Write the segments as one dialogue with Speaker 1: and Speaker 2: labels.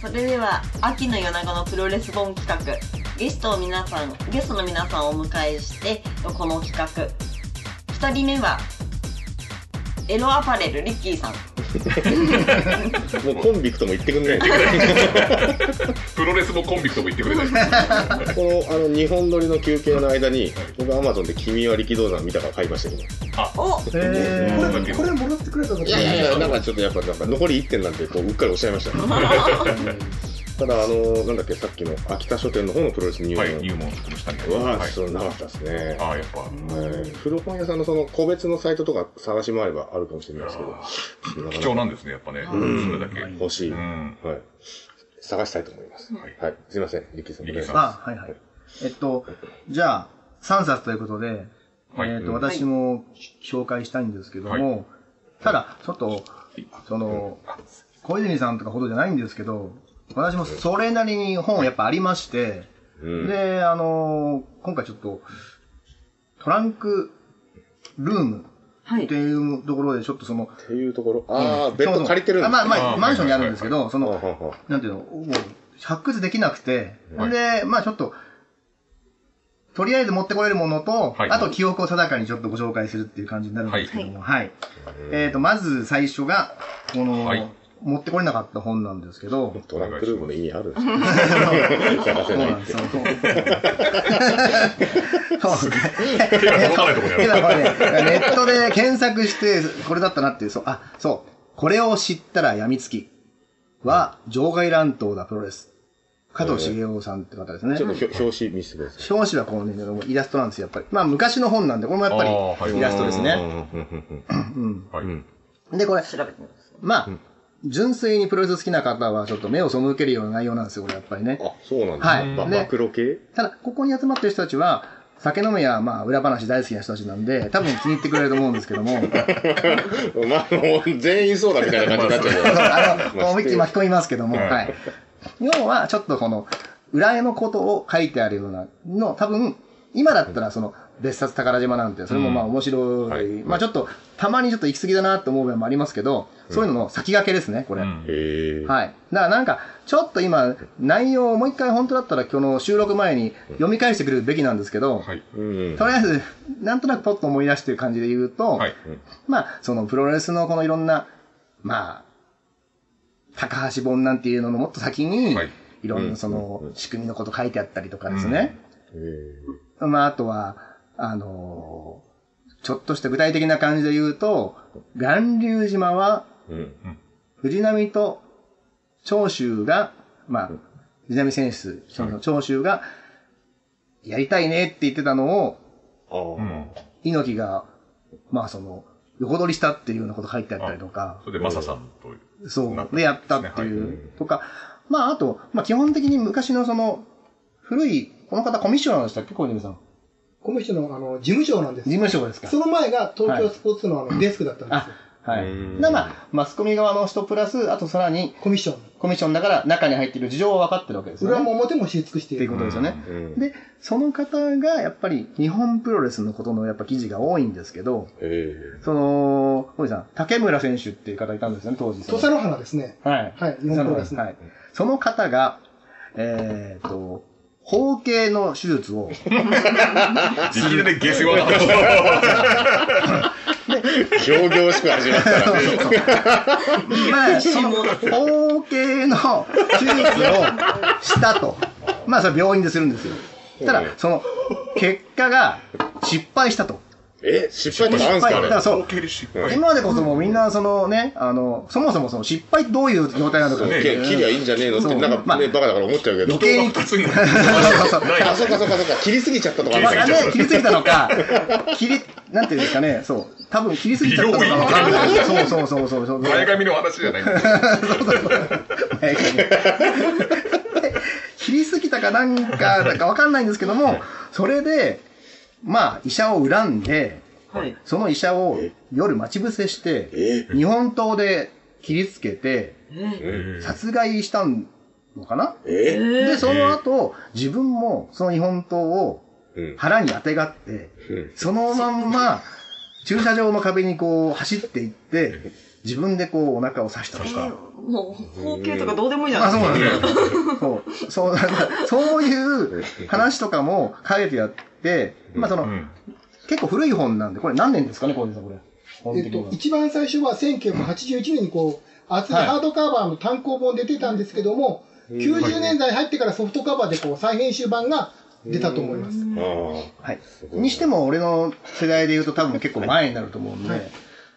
Speaker 1: それでは秋の夜長のプロレス本企画ゲストを皆さんゲストの皆さんをお迎えしてこの企画2人目はエロアパレルリッキーさん
Speaker 2: もうコンビクトも言ってくんない。
Speaker 3: プロレスもコンビクトも言ってくれない。
Speaker 2: この、あの、日本撮りの休憩の間に、僕アマゾンで君は力道山見たから買いましたけど。
Speaker 1: を
Speaker 4: え
Speaker 3: ー
Speaker 4: これこれもらってくれたのか
Speaker 2: いやいやいや、なんかちょっとやっぱ、なんか残り1点なんで、こう、うっかりおっしゃいましたね、ただ、あの、なんだっけ、さっきの秋田書店の方のプロレス入門。
Speaker 3: はい、入門してましたね。
Speaker 2: は、
Speaker 3: はい
Speaker 2: ちょっとなかったですね。
Speaker 3: ああ、やっぱ。
Speaker 2: はい古本屋さんのその個別のサイトとか探し回ればあるかもしれないですけど、なかな
Speaker 3: 貴
Speaker 2: か
Speaker 3: 重なんですね、やっぱね。それだけ。うん。
Speaker 2: 欲しい、は。
Speaker 3: はい
Speaker 2: 探したいと思います。はい。すいません、リッキーさん。
Speaker 3: リッキーさん
Speaker 4: あ、はいはい。えっと、じゃあ、3冊ということで、
Speaker 3: はい
Speaker 4: えっと、私も紹介したいんですけども、
Speaker 3: は
Speaker 4: ただ、ちょっと、その、小泉さんとかほどじゃないんですけど、私もそれなりに本やっぱありまして、で、あのー今回ちょっと、トランクルーム
Speaker 1: はい
Speaker 4: っていうところで、ちょっとその、
Speaker 2: っていうところ、ああ、ベッ
Speaker 4: そう
Speaker 2: ド
Speaker 4: そう
Speaker 2: 借りてるん
Speaker 4: あ
Speaker 2: です
Speaker 4: まあ
Speaker 2: ね。
Speaker 4: まあ、
Speaker 3: あー
Speaker 4: マンションにあるんですけど、そ
Speaker 2: は
Speaker 4: の
Speaker 2: いはいはい、
Speaker 4: なんていうの、もう発掘できなくて、
Speaker 3: はい
Speaker 4: で、まあちょっと、とりあえず持ってこれるものと、
Speaker 3: はい
Speaker 4: あと記憶を定かにちょっとご紹介するっていう感じになるんですけども、はい。えっ、と、まず最初が、この、
Speaker 3: はい
Speaker 4: 持ってこれなかった本なんですけど、
Speaker 2: トランクルームの意味あるんですね探
Speaker 4: そ
Speaker 2: せ
Speaker 4: う
Speaker 2: ない
Speaker 4: なん
Speaker 2: っ
Speaker 4: で
Speaker 2: て
Speaker 4: すよ。そうそう
Speaker 3: 手が届かないところ
Speaker 4: け
Speaker 3: に
Speaker 4: ど
Speaker 3: ある。
Speaker 4: これ、ネットで検索して、これだったなっていう、そう、あ、そう、これを知ったら病みつきは、場外乱闘だプロレス。加藤茂雄さんって方ですね。
Speaker 2: ちょっとひょ表紙見せてください。
Speaker 4: 表紙はこうね、イラストなんですよ、やっぱり。まあ、昔の本なんで、これもやっ
Speaker 3: あー
Speaker 4: ぱ
Speaker 3: は
Speaker 4: り、
Speaker 3: い
Speaker 4: イラストですね。
Speaker 3: はい。
Speaker 4: で、これ、
Speaker 1: 調べてみます
Speaker 4: まあ、純粋にプロレス好きな方は、ちょっと目を背けるような内容なんですよ、これ、やっぱりね。
Speaker 2: あ、そうなん
Speaker 4: はい
Speaker 2: ですね。
Speaker 4: ね
Speaker 2: マクロ系
Speaker 4: ただ、ここに集まってる人たちは、酒飲みや、まあ、裏話大好きな人たちなんで、多分気に入ってくれると思うんですけども、
Speaker 2: まあ、もう全員そうだみたいな感じになっちゃうけど。
Speaker 4: あの、
Speaker 2: まあ
Speaker 4: 思いっきり巻き込みますけども、
Speaker 3: はい
Speaker 4: はい。要は、ちょっとこの、裏絵のことを書いてあるようなの、多分、今だったらその、別冊宝島なんて、それもまあ面白い。
Speaker 3: はい
Speaker 4: まあちょっと、たまにちょっと行き過ぎだなと思う場合もありますけど、そういうのの先駆けですね、これ。
Speaker 3: うん
Speaker 2: へえ。
Speaker 4: はい。だからなんか、ちょっと今、内容をもう一回本当だったら、この収録前に読み返してくれるべきなんですけど、
Speaker 3: はい。
Speaker 2: うん。
Speaker 4: とりあえず、なんとなくポッと思い出してる感じで言うと、
Speaker 3: はい。
Speaker 4: まあ、そのプロレスのこのいろんな、まあ、高橋本なんていうののもっと先に、
Speaker 3: はい
Speaker 4: い、ろんなその仕組みのこと書いてあったりとかですね。
Speaker 2: へえ
Speaker 4: まあ、あとは、あのーちょっとした具体的な感じで言うと、巌流島は
Speaker 2: うん。
Speaker 4: 藤波と長州が、まあ、藤波選手、その長州が、やりたいねって言ってたのを、
Speaker 2: ああ。
Speaker 4: 猪木が、まあその、横取りしたっていうようなこと書いてあったりとか。
Speaker 3: それで、マサさんと。
Speaker 4: そう。で、やったっていう。
Speaker 3: は
Speaker 4: とか、まあ、あと、まあ、基本的に昔のその、古い、この方コミッショナーでしたっけ、小泉さん。
Speaker 5: この人のあの事務所なんです
Speaker 4: 事。務所ですか
Speaker 5: そ。の前が東京スポーツのあのデスクだったんです
Speaker 4: あ
Speaker 5: よ。、
Speaker 4: は
Speaker 2: うん
Speaker 4: い。だまあ、マスコミ側の人プラス、あとさらに、
Speaker 5: コミッション。
Speaker 4: コミッションだから中に入っている事情は分かってるわけですよね。
Speaker 5: 裏も表も知り尽くして
Speaker 4: っ
Speaker 5: い
Speaker 4: ていう
Speaker 5: る。
Speaker 4: ことですよね。
Speaker 2: うん。
Speaker 4: で、その方が、やっぱり、日本プロレスのことの、やっぱ記事が多いんですけど、
Speaker 2: へえ。
Speaker 4: その、小泉さん、竹村選手っていう方いたんですよね、当時。
Speaker 5: 土佐の花ですね。
Speaker 4: はい。
Speaker 5: はい日本プロレスの
Speaker 4: はい。その方が、えっ、と、包茎の手術 を、
Speaker 3: いきなり下世話な話だ。
Speaker 2: 行々しく始まったら。
Speaker 4: まあ、その、包茎の手術をした と。まあ、それは病院でするんですよ。ただ、その、結果が失敗したと。
Speaker 2: え、失敗ってなんす
Speaker 4: 失
Speaker 2: か
Speaker 4: 敗だから
Speaker 2: ね
Speaker 4: そう
Speaker 3: 儲ける失敗。
Speaker 4: 今までこそもうみんな、そのね、あの、そもそもその失敗どういう状態なのかって
Speaker 2: 切
Speaker 4: いう。
Speaker 2: 切りゃいいんじゃねえのって、
Speaker 4: そう
Speaker 2: なん
Speaker 4: ま
Speaker 2: か
Speaker 4: あ
Speaker 2: ね、バカだから思っちゃうけど
Speaker 4: 余。計に、
Speaker 3: 二つに。
Speaker 4: そうそうそう
Speaker 3: ない
Speaker 2: あ、そうかそうかそうか。切りすぎちゃったとか。
Speaker 3: 切り
Speaker 4: ま
Speaker 3: すぎ
Speaker 4: あ、
Speaker 3: ち
Speaker 4: ね
Speaker 3: ゃった、
Speaker 4: 切りすぎたのか、切り、なんていうんですかね、そう、多分切りすぎちゃったのかわかんないそうそうそうそうそう。
Speaker 3: 前髪の話じゃないんですよ。
Speaker 4: 前髪 切りすぎたかなんかだかわかんないんですけども、それで、まあ、医者を恨んで、
Speaker 1: はい
Speaker 4: その医者を夜待ち伏せして、日本刀で切りつけて、殺害したのかなで、その後、自分もその日本刀を
Speaker 2: うん
Speaker 4: 腹にあてがって、そのまんま、駐車場の壁にこう走っていって、自分でこうお腹を刺した
Speaker 1: え
Speaker 4: とか。
Speaker 1: ーもう、包茎とかどうでもいいじゃ
Speaker 4: あ、
Speaker 1: ない
Speaker 4: そうなん
Speaker 1: で
Speaker 4: だ
Speaker 1: す
Speaker 4: よ。そう、そう、なんかそういう話とかも書いてやって、まあその、
Speaker 3: うん
Speaker 4: 結構古い本なんで、これ何年ですかね、小泉さん、これ。本
Speaker 5: えっ
Speaker 4: 的に
Speaker 5: と
Speaker 4: は、。
Speaker 5: 一番最初は1981年にこう、厚い
Speaker 4: はい
Speaker 5: ハードカバーの単行本で出たんですけども、90年代入ってからソフトカバーでこう再編集版が出たと思います。
Speaker 2: あー
Speaker 4: はい
Speaker 2: ご。いな
Speaker 4: にしても、俺の世代で言うと多分結構前になると思うんで、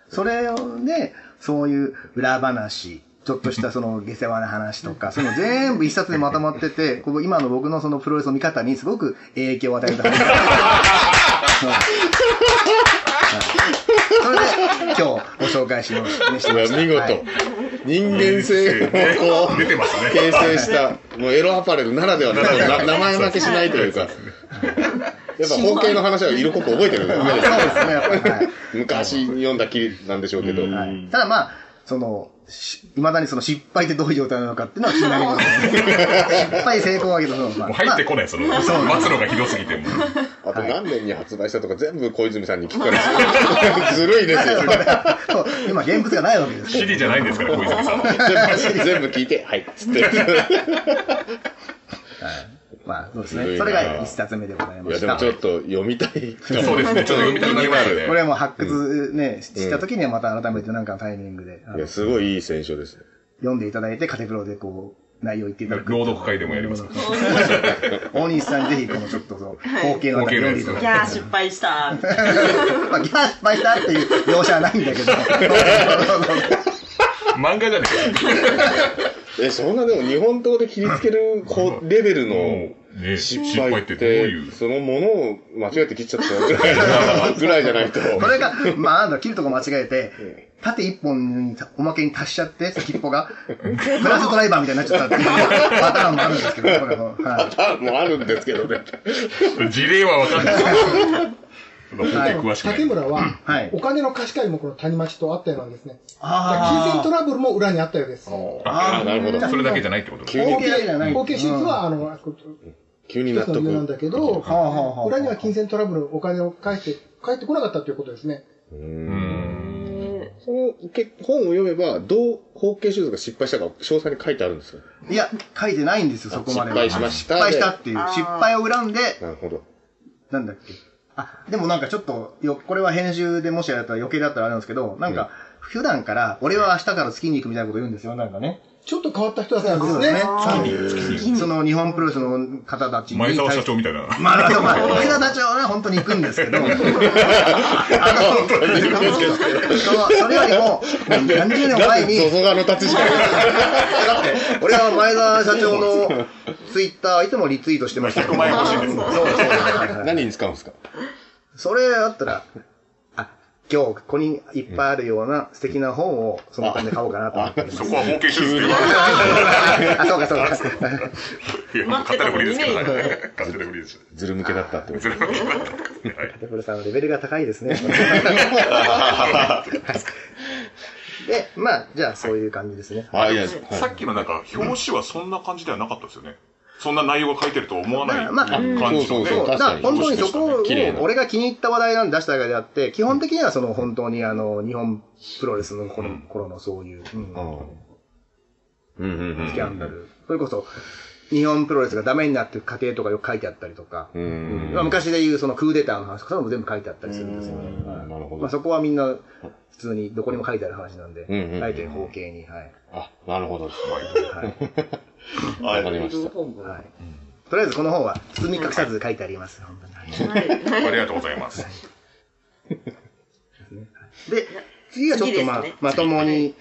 Speaker 4: それで、そういう裏話、ちょっとしたその下世話な話とか、その全部一冊でまとまっ てて、ここ今の僕のそのプロレスの見方にすごく影響を与えた本はいはいそれで、今日ご紹介しました。
Speaker 2: いや見事、
Speaker 4: はい
Speaker 2: 人間性をこう
Speaker 3: 出てますね。
Speaker 2: 形成した、もうエロアパレルならではの、
Speaker 3: ならでは
Speaker 2: な名前負けしないというか、やっぱ包茎の話は色濃く覚えてるんだよ
Speaker 4: そう
Speaker 2: ね
Speaker 4: で。すね、やっぱり。はい
Speaker 2: 昔読んだきりなんでしょうけど。
Speaker 4: は
Speaker 2: はい
Speaker 4: い、ただまあ、その、いまだにその失敗ってどういう状態なのかっていうのは気になりますね。 失敗成功はけど、その、まあ、
Speaker 3: もう入ってこない、その、待
Speaker 4: そう
Speaker 3: つのがひどすぎても。
Speaker 2: あと何年に発売したとか全部小泉さんに聞くから、 ずるいですよ。
Speaker 4: まあそう今、現物がないわけです
Speaker 3: シリじゃないんですから、小泉さんは。
Speaker 2: 全部全部聞いて、はい、つって。 い
Speaker 4: まあ、そうです
Speaker 2: ずる
Speaker 4: ね。
Speaker 2: い
Speaker 4: そ
Speaker 2: な
Speaker 4: れが一冊目でございま
Speaker 2: や、
Speaker 4: し
Speaker 2: で
Speaker 4: た。
Speaker 2: もちょ
Speaker 4: こ
Speaker 2: っと読みたいかも。
Speaker 3: そうですね、ちょっと読みたくなりましたね。
Speaker 4: れも発掘ね、した時にはまた改めてなんかのタイミングで、あの
Speaker 2: いや、すごいいい選書ですね。
Speaker 4: 読んでいただいて、カテプロでこう、内容言っていただく。
Speaker 3: 朗読会でもやりますから。
Speaker 4: 大西さん、ぜひ、このちょっと、その、光景の中読んでいただ
Speaker 1: い
Speaker 4: いて。
Speaker 1: やー、失敗した。
Speaker 4: まあ、ギャー失敗したっていう描写はないんだけど。
Speaker 3: 漫画じゃねえか。
Speaker 2: え、そんなでも日本刀で切りつけるこうレベルの
Speaker 3: ね
Speaker 2: 失
Speaker 3: 失
Speaker 2: 敗
Speaker 3: 敗
Speaker 2: っ
Speaker 3: って
Speaker 2: て、
Speaker 3: どういう。
Speaker 2: そのものを間違えて切っちゃったぐらい ぐらいじゃないと。
Speaker 4: それが、まあ、なんだ、切るとこ間違えて、縦一本におまけに足しちゃって、先っぽが、プラスドライバーみたいになっちゃったっていうパターンもあるんですけど、これも。は
Speaker 2: あもうあるんですけどね。
Speaker 3: 事例はわかんない。その本当に詳しくない
Speaker 5: 竹。村は、
Speaker 4: はい
Speaker 5: お金の貸し借りもこの谷町とあったようなんですね。金銭ト
Speaker 4: あ
Speaker 5: ラブルも裏にあったようです。
Speaker 2: ああ、なるほど。
Speaker 3: それだけじゃないってこと
Speaker 2: 急に
Speaker 4: 後継じゃない。
Speaker 5: 後継手術は、あの、
Speaker 2: 急に納
Speaker 5: 一つの理由なん
Speaker 2: 得。
Speaker 5: だけど
Speaker 4: あはあはあ、
Speaker 5: 裏には金銭トラブル、お金を返して、返ってこなかったということですね。
Speaker 3: うん
Speaker 2: そのけ本を読めば、どう包茎手術が失敗したか詳細に書いてあるんですよ。
Speaker 4: うんいや、書いてないんですよ、そこまでは。
Speaker 2: あ失敗しました
Speaker 4: 失敗したっていう。
Speaker 1: あー
Speaker 4: 失敗を恨んで、
Speaker 2: なるほ ど。
Speaker 4: なんだっけ。あ、でもなんかちょっと、よ、これは編集でもしやったら余計だったらあれなんですけど、なんか、普段から、俺は明日から月に行くみたいなこと言うんですよ、なんかね。
Speaker 5: ちょっと変わった人だったんです
Speaker 4: そうですね
Speaker 5: ね。
Speaker 4: その日本プロレスの方たちに対
Speaker 3: 前
Speaker 4: して。
Speaker 3: 澤社長みたいな。
Speaker 4: まあ、あ のまあ、福田社長は本当に行くんですけど、あの、そのそれよりも、もう何十年も 前 に、
Speaker 2: ゾゾがの立ちしか
Speaker 4: 俺は前澤社長のツイッター、いつもリツイートしてましたけど、
Speaker 3: 100万円欲しいです
Speaker 4: そうそうはいはい
Speaker 2: 何に使うんですか
Speaker 4: それだったら、あ、今日ここにいっぱいあるような素敵な本をそのお金で買おうかなと思ってます。
Speaker 3: そこは本気手術って言われ
Speaker 4: あ、そうかそうか。
Speaker 3: いや、もう勝手な振りですけど、はい勝手な振りです。
Speaker 2: ズル向けだったってこと。
Speaker 3: それは決まった
Speaker 4: でこれさん、 レベルが高いです ね。 で、まあ、じゃあそういう感じですね。
Speaker 2: あ、いや、
Speaker 3: さっきのなんか、表紙はそんな感じではなかったですよね。そんな内容が書いてると思わない
Speaker 4: まあ
Speaker 3: 感じの
Speaker 2: そう
Speaker 3: ね。
Speaker 2: そうそう。
Speaker 4: だ
Speaker 2: 確
Speaker 4: か
Speaker 2: からに。
Speaker 4: 本当にそこを
Speaker 2: 綺麗な
Speaker 4: 俺が気に入った話題なんで出しただけであって、基本的にはその本当にあの、日本プロレスのこの頃のそういう、うん
Speaker 2: うんうんうん。
Speaker 4: スキャンダル。それこそ、日本プロレスがダメになっていく過程とかよく書いてあったりとか、
Speaker 2: うん
Speaker 4: まあ昔でいうそのクーデターの話とかも全部書いてあったりするんですよね。
Speaker 2: うん
Speaker 4: はい
Speaker 2: なるほど
Speaker 4: まあそこはみんな、普通にどこにも書いてある話なんで
Speaker 2: んう、ん
Speaker 4: あえて方形に、はい。
Speaker 2: あ、なるほど。
Speaker 4: はい
Speaker 2: わかりました。
Speaker 4: はい。とりあえずこの本は包み隠さず書いてあります。本当に
Speaker 3: ありがとうございます。
Speaker 4: で、次はちょっとまあ、
Speaker 1: 次ですね
Speaker 4: まともに、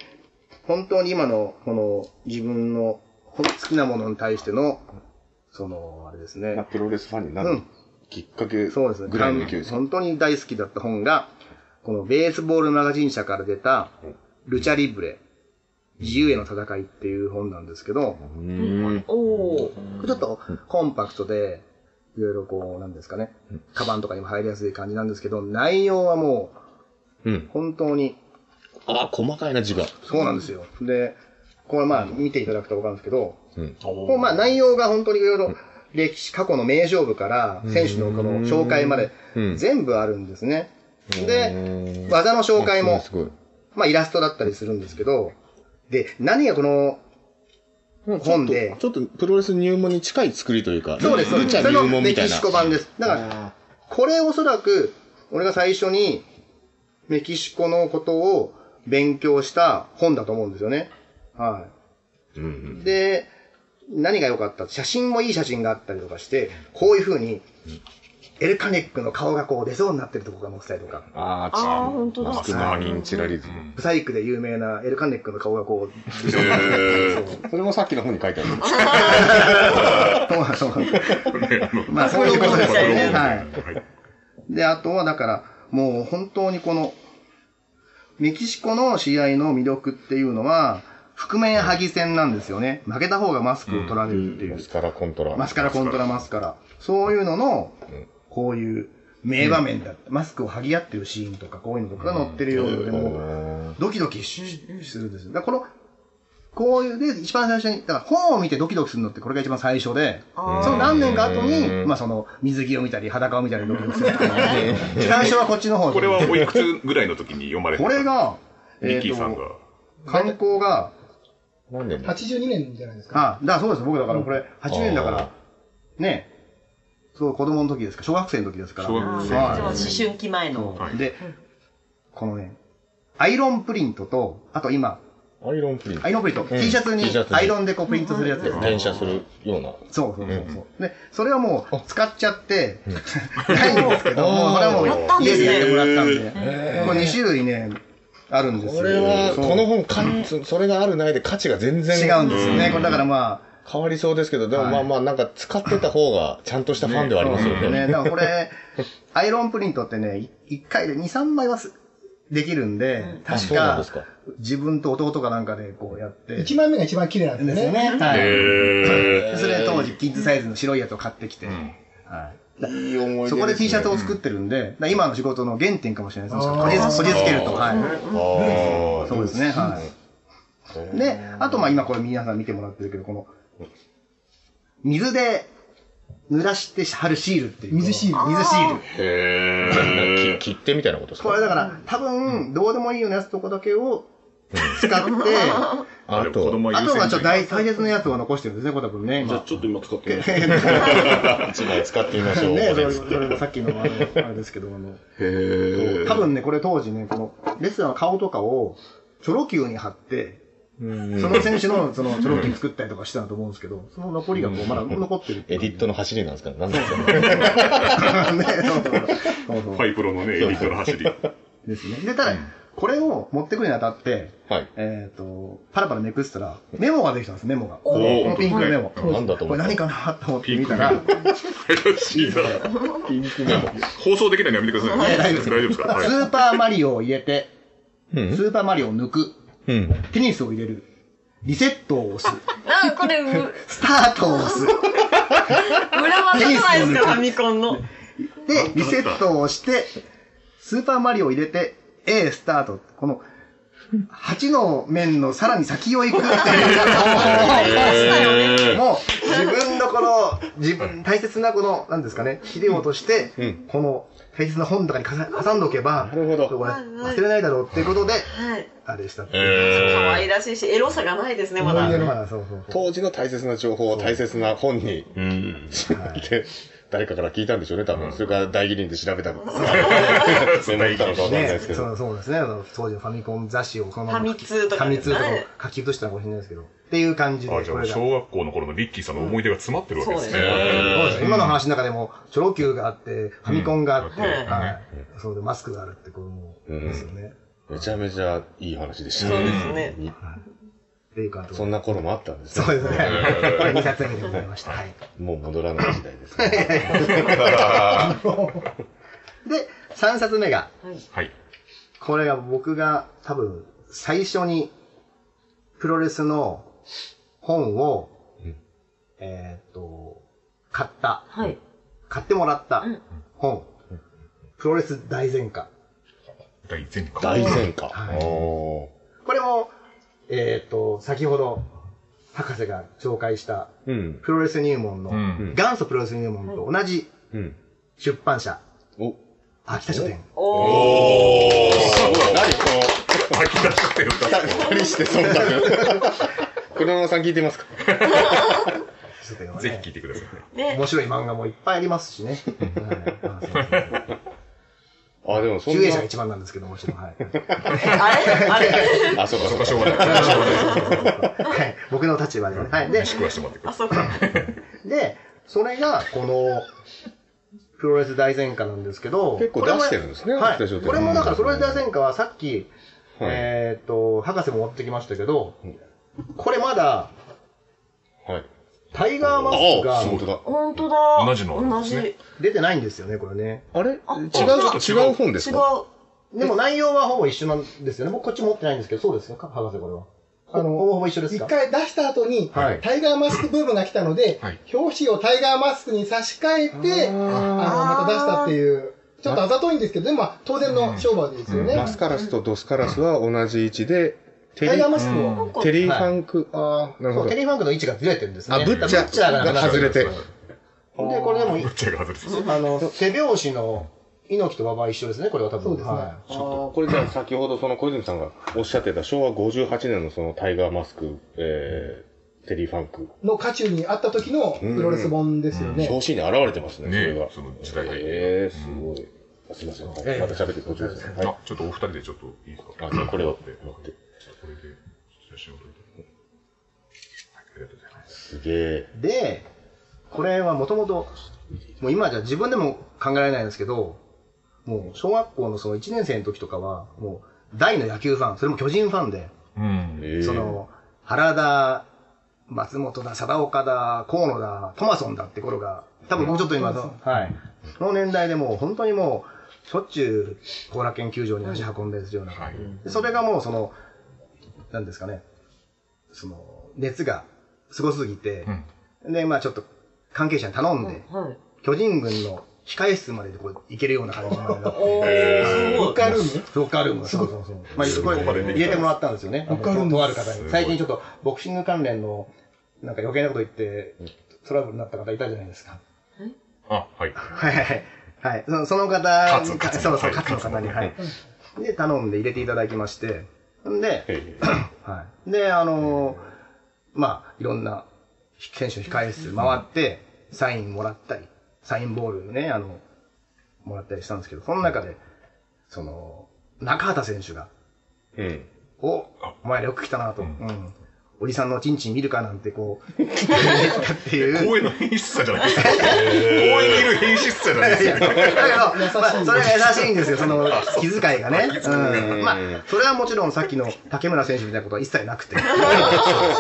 Speaker 4: 本当に今の、この、自分のほ好きなものに対しての、その、あれです
Speaker 2: まあ
Speaker 4: ね。
Speaker 2: プロレスファンにな
Speaker 4: う
Speaker 2: る
Speaker 4: ん
Speaker 2: きっかけ
Speaker 4: そうですね。
Speaker 2: ぐらいの勢いですか。
Speaker 4: 本当に大好きだった本が、このベースボールマガジン社から出た、ルチャリブレ、自由への戦いっていう本なんですけど、
Speaker 2: うん。
Speaker 1: おー。
Speaker 4: これちょっとコンパクトで、いろいろこう、なんですかね、カバンとかにも入りやすい感じなんですけど、内容はも
Speaker 2: う。、
Speaker 4: うん本当に
Speaker 2: あ、細かいな字が。
Speaker 4: そうなんですよ。で、これまあ見ていただくとわかるんですけど、
Speaker 2: うん。
Speaker 4: こうまあ内容が本当にいろいろ歴史、過去の名勝負から選手のこの紹介まで
Speaker 2: うん
Speaker 4: 全部あるんですね。で、
Speaker 2: で、
Speaker 4: 技の紹介
Speaker 2: あ
Speaker 4: も
Speaker 2: すごい。す
Speaker 4: まあイラストだったりするんですけど、で、何がこの、本で
Speaker 2: ちょっと、ちょっとプロレス入門に近い作りというか、
Speaker 4: そうです、そう
Speaker 2: ル
Speaker 4: で
Speaker 2: チ
Speaker 4: す。
Speaker 2: ャ
Speaker 4: それ
Speaker 2: 入
Speaker 4: の
Speaker 2: 門み
Speaker 4: メ
Speaker 2: たい
Speaker 4: キ
Speaker 2: な
Speaker 4: シ。コ版です。だから、これおそらく、俺が最初に、メキシコのことを勉強した本だと思うんですよね。は
Speaker 2: うんうん
Speaker 4: い。で、何が良かった写真もいい写真があったりとかして、こういう風に、エルカネックの顔がこう出そうになってるとこが載ってたりとか、
Speaker 2: あ
Speaker 1: あー本当だ
Speaker 2: マスクマリンチラリズム。
Speaker 4: ブサイクで有名なエルカネックの顔がこ う、出そうになって
Speaker 3: え
Speaker 4: る。
Speaker 2: それもさっきの本に書いてある。
Speaker 4: そうまあそう
Speaker 3: ー
Speaker 4: まあ、そういうことですよね。は。
Speaker 3: はい
Speaker 4: で、あとはだから、もう本当にこの、メキシコの試合の魅力っていうのは、覆面剥ぎ戦なんですよね。負けた方がマスクを取られるっていう。
Speaker 2: マスカラコントラ。
Speaker 4: マスカラコントラマスカラ。そういうのの、こういう名場面だ、マスクを剥ぎ合ってるシーンとか、こういうのとかが載ってるようで、もうドキドキしするんですよ。だからこの、こういう、で、一番最初に、だから本を見てドキドキするのってこれが一番最初で、
Speaker 1: あー
Speaker 4: その何年か後
Speaker 2: う
Speaker 4: に、
Speaker 2: ん
Speaker 4: まあその、水着を見たり、裸を見たりドキドキするっていうのがあって 最初はこっちの方
Speaker 3: これはおいくつぐらいの時に読まれて
Speaker 4: これ、が、
Speaker 3: ミッキ
Speaker 4: と
Speaker 3: ーさんが。
Speaker 4: 観光が、
Speaker 2: 何年だ
Speaker 5: 82年じゃないです
Speaker 4: あ、
Speaker 5: か。
Speaker 4: だからそうです、僕だからこれ、8年だか
Speaker 2: あ
Speaker 4: ら、ね、そう、子供の時ですか、小学生の時ですから。
Speaker 3: 小
Speaker 1: あ
Speaker 3: 学
Speaker 1: ー
Speaker 3: 生
Speaker 1: じゃあ思春期前の。
Speaker 4: そう
Speaker 3: はい
Speaker 4: で、このね、アイロンプリントと、あと今、
Speaker 2: アイロンプリント
Speaker 4: アイ。ロンプリント、
Speaker 2: うん
Speaker 4: T シャツに
Speaker 2: T シャツに
Speaker 4: アイロンでこうプリントするやつですね。
Speaker 2: 転写するような。
Speaker 4: そうそうそうそう。で、それはもう使っちゃって、ないんですけど、
Speaker 2: おー
Speaker 4: もうそれはも
Speaker 1: やったん
Speaker 4: う
Speaker 1: で
Speaker 4: 家
Speaker 1: すね
Speaker 4: でやってもらったんで、これ2種類ね、あるんですよ。
Speaker 2: これは、
Speaker 4: そう
Speaker 2: この本か、そそれがあるないで価値が全然
Speaker 4: 違うんですよね。これだからまあ、
Speaker 2: 変わりそうですけど、でも
Speaker 4: はい
Speaker 2: まあまあ、なんか使ってた方がちゃんとしたファンではありますよ
Speaker 4: そう
Speaker 2: ね。
Speaker 4: だからこれ、 アイロンプリントってね、1回で2、3枚はすできるんで、
Speaker 2: あ
Speaker 4: 確
Speaker 2: そうなん
Speaker 4: か
Speaker 2: ですか、
Speaker 4: 自分と弟かなんかでこうやって、
Speaker 5: 1枚目が一番綺麗なんで
Speaker 4: ですすよ
Speaker 5: ね。
Speaker 4: ね。はい。
Speaker 3: え
Speaker 4: それで当時、キッズサイズの白いやつを買ってきて、はい。
Speaker 2: いい思い出
Speaker 4: そこで T シャツを作ってるんで、だから今の仕事の原点かもしれないです。こじつこじつけると。は
Speaker 2: ああ、
Speaker 4: い。そうですね。はい。で、あとまあ今これ皆さん見てもらってるけど、この、水で濡らして貼るシールっていう。
Speaker 5: 水シール
Speaker 4: この水シール。
Speaker 3: へ
Speaker 2: き
Speaker 3: ー
Speaker 2: 切手みたいなことです
Speaker 4: これ
Speaker 2: か
Speaker 4: だから、多分、どうでもいいようなやつとこだけを使って、あ
Speaker 2: あ
Speaker 3: でも子
Speaker 2: と、
Speaker 3: 供
Speaker 4: と
Speaker 3: は優先順位
Speaker 4: はちょっと大大切なやつを残してるんですね、これ多分ね。
Speaker 6: じゃあ
Speaker 4: 今
Speaker 6: ちょっと今使 ってみます。
Speaker 2: 一枚使ってみましょう。
Speaker 4: ね、それそれもさっきのあのあれですけど、あの、多分ね、これ当時ね、この、レスラーの顔とかを、チョロ Q に貼って、その選手の、その、チョロ Q 作ったりとかしてたと思うんですけど、その残りがこう、まだ残ってるってい
Speaker 2: エ
Speaker 4: う。
Speaker 2: ディットの走りなんですかね。なんですか ね。
Speaker 4: ね、そうそうそうそう
Speaker 3: パイプロのね、エディットの走り。
Speaker 4: ですね。で、ただ、これを持ってくるにあたって、
Speaker 2: はい。
Speaker 4: えっ、と、パラパラめくしたら、メモができたんです、メモが。こ
Speaker 3: ー
Speaker 4: のピンクのメモ。
Speaker 2: なんだと
Speaker 4: こ
Speaker 2: 思っ
Speaker 4: れ
Speaker 2: た
Speaker 4: 何かなと思って見たら、
Speaker 3: シーザー放送できないのやめてください。
Speaker 4: 大丈夫です
Speaker 3: 大丈夫ですかはい
Speaker 4: スーパーマリオを入れて、
Speaker 2: うん
Speaker 4: スーパーマリオを抜く、
Speaker 2: うん。
Speaker 4: テニスを入れる、リセットを押す、
Speaker 1: なんかこれ、う裏
Speaker 4: スタートを押す。
Speaker 1: 技じゃないですか、ファミコンの。
Speaker 4: で、リセットを押して、スーパーマリオを入れて、A スタート。この、8の面のさらに先を行くっていうもう、自分のこの、自分、大切なこの、なんですかね、資料として、この、大切な本とかにかさ挟んでおけば、なるほど。忘れないだろうっていうことで、
Speaker 1: はい。
Speaker 4: あれでしたっていう。
Speaker 1: 可
Speaker 2: え
Speaker 1: 愛らしいし、エロさがないですね、ま
Speaker 4: 思い出
Speaker 1: だ。
Speaker 4: の話そうそう
Speaker 2: ー当時の大切な情報を大切な本に、で、誰かから聞いたんでしょうね、多分。それから代議人で調べ たの。メモったのかわかんない
Speaker 4: ね、
Speaker 2: ですけ
Speaker 4: そ
Speaker 2: ど。
Speaker 4: うそうですね。あの当時のファミコン雑誌をそのまま
Speaker 1: ファミ通とか
Speaker 4: ファ
Speaker 1: ね
Speaker 4: ミ通とかを書き写したのかもしれないですけど。っていう感じで、
Speaker 3: あ、じゃあ、小学校の頃のリッキーさんの思い出が詰まってるわけですね。
Speaker 1: そうです
Speaker 4: そうです今の話の中でも、チョロ Q があって、ファミコンがあって、
Speaker 1: うん
Speaker 4: はい。そうで、マスクがあるって、これも、ですよね。
Speaker 2: めちゃめちゃいい話でした
Speaker 1: そうですね。
Speaker 4: っていう感じ。
Speaker 2: そ
Speaker 4: そ
Speaker 2: んな頃もあったんですね
Speaker 4: うですね。これ2冊 目でございました。はい。
Speaker 2: もう戻らない時代ですね。
Speaker 4: で、3冊目が、
Speaker 3: はい。
Speaker 4: これが僕が多分、最初に、プロレスの本を、えーっと、買った、
Speaker 1: はい。
Speaker 4: 買ってもらった本、プロレス大全巻。
Speaker 3: 大前回。
Speaker 2: 大戦火。
Speaker 4: はい
Speaker 2: お
Speaker 4: これも、えっ、と、先ほど、博士が紹介した、
Speaker 2: ーうん。
Speaker 4: プロレス入門の、
Speaker 3: うん
Speaker 4: 元祖プロレス入門と同じ
Speaker 2: うん。
Speaker 4: 出版社、
Speaker 2: お。
Speaker 4: 秋田書店。
Speaker 1: おー。
Speaker 2: 何この、
Speaker 6: 吐き出してるから。
Speaker 2: 二人して 忖度。黒沼さん聞いてますか
Speaker 6: ぜひ聞いてください。
Speaker 1: ね
Speaker 4: 面白い漫画もいっぱいありますしね。はい
Speaker 2: あ、でもそん
Speaker 4: 救
Speaker 2: な
Speaker 4: 援者。が一番なんですけど、もちろん。はい。
Speaker 1: あれあれ
Speaker 2: あ、そうか
Speaker 6: そ
Speaker 2: そうう
Speaker 6: か、
Speaker 2: か。
Speaker 6: しょうがない。しょう
Speaker 4: はい僕の立場でね。はい。
Speaker 6: がな
Speaker 4: で
Speaker 6: い。、食わしてもらってく
Speaker 1: あ、
Speaker 6: だ
Speaker 1: そうか。
Speaker 4: で、それが、この、プロレス大戦歌なんですけど、
Speaker 2: 結構出してるんですね
Speaker 4: はい。
Speaker 2: スタジオで
Speaker 4: これもだから、プロレス大戦歌はさっき、
Speaker 2: はい
Speaker 4: えーっと、博士も持ってきましたけど
Speaker 2: うん、
Speaker 4: これまだ、
Speaker 2: はい。
Speaker 4: タイガーマスク
Speaker 2: ああ、本当
Speaker 4: が
Speaker 2: だ。
Speaker 1: 本当だ。
Speaker 6: 同じのな
Speaker 1: 同
Speaker 6: んです
Speaker 1: じ。
Speaker 6: ね
Speaker 1: 違
Speaker 4: 出てないんですよね、これね。
Speaker 2: あれ違う
Speaker 1: あ、
Speaker 6: ちょっと違
Speaker 2: 違
Speaker 6: う
Speaker 2: う本です
Speaker 1: う。
Speaker 2: か
Speaker 4: でも内容はほぼ一緒なんですよね。僕こっち持ってないんですけど、そうですよ、博士これは。
Speaker 5: あの
Speaker 4: ほぼほぼ一緒です
Speaker 5: 一
Speaker 4: か
Speaker 5: 回出した後に、
Speaker 4: はい
Speaker 5: タイガーマスクブームが来たので、
Speaker 6: はい
Speaker 5: 表紙をタイガーマスクに差し替えて、あの、また出したっていう、ちょっとあざといんですけど、でもまあ当然の商売ですよね。
Speaker 2: マスカラスとドスカラスは同じ位置で、テ
Speaker 5: タイ
Speaker 2: リ
Speaker 5: ガー
Speaker 2: ー、
Speaker 5: マスク
Speaker 6: うん
Speaker 5: を、
Speaker 1: なんか
Speaker 2: テリーファンク、ああ、なるほ
Speaker 4: そう、
Speaker 2: ど
Speaker 4: テ。リーファンクの位置がずれてるんですね。
Speaker 2: あ、ブッチャ
Speaker 4: だから
Speaker 2: ーが外れて。
Speaker 4: で、これでもい
Speaker 6: い。ぶっちゃけ外れてる。
Speaker 4: あの、手拍子の猪木と馬場は一緒ですね、これは多分。
Speaker 5: そうですね
Speaker 4: は
Speaker 2: ああー、これじゃあ先ほどその小泉さんがおっしゃってた昭和58年のそのタイガーマスク、えー、テリーファンク、
Speaker 5: の渦中にあった時のプロレス本ですよね。
Speaker 2: 表紙に現れてますね、それ
Speaker 6: ね
Speaker 2: が。
Speaker 6: その時代背景
Speaker 2: ええすごい。あすみません、はいまた喋って途中ですね。はい
Speaker 6: あ、ちょっとお二人でちょっといいですか
Speaker 2: あ、じゃあこれを
Speaker 6: で
Speaker 2: 持って。
Speaker 6: これで、写真を撮って。はいありがとうございます。
Speaker 2: すげえ。
Speaker 4: い。で、これはもともと、もう今じゃ自分でも考えられないんですけど、もう小学校のその1年生の時とかは、もう大の野球ファン、それも巨人ファンで、
Speaker 6: うん。
Speaker 2: ええ
Speaker 4: その、原田、松本だ、貞岡だ、河野だ、トマソンだって頃が、多分もうちょっと今、はい。その年代でもう本当にもう、しょっちゅう後楽園球場に足運んですような
Speaker 6: はい。
Speaker 4: でそれがもうその、なんですかね、その、熱がすごすぎて、で、まあちょっと関係者に頼んで、
Speaker 1: はい。
Speaker 4: 巨人軍の控え室までこう行けるような感じになって
Speaker 1: おー、すごい。
Speaker 5: ロッカールーム
Speaker 4: ロッカールームがそうそうそう。まあ、これ、入れてもらったんですよね。
Speaker 5: ロッカールーム
Speaker 4: とある方
Speaker 6: すごい
Speaker 4: に。最近ちょっと、ボクシング関連の、なんか余計なこと言って、トラブルになった方いたじゃないですか。
Speaker 6: あ、はい。
Speaker 4: はいはいはい。はい。そのその方
Speaker 6: 勝つ
Speaker 4: に、
Speaker 6: 勝つ
Speaker 4: そうそう、
Speaker 6: はい
Speaker 4: 勝つの方に、は
Speaker 6: 勝
Speaker 4: い。で、頼んで入れていただきまして、んで、
Speaker 2: え
Speaker 4: はい。で、あのー、まあ、いろんな、選手の控え室回って、サインもらったり、サインボールね、あの、もらったりしたんですけど、その中で、その、中畑選手が、
Speaker 2: えうん。
Speaker 4: お、お前らよく来たなと。うん。おじさんのちんちん見るかなんてこう、言 ったっていう。
Speaker 6: 公園の変質者じゃないですか。公園にいる変質者じゃないで
Speaker 4: い
Speaker 6: す
Speaker 4: や
Speaker 6: か。
Speaker 4: だけど、ま
Speaker 5: 優しい
Speaker 4: あ、それが優しいんですよ、その気遣いがね。うん。まあ
Speaker 2: うん、
Speaker 4: それはもちろんさっきの竹村選手みたいなことは一切なくて、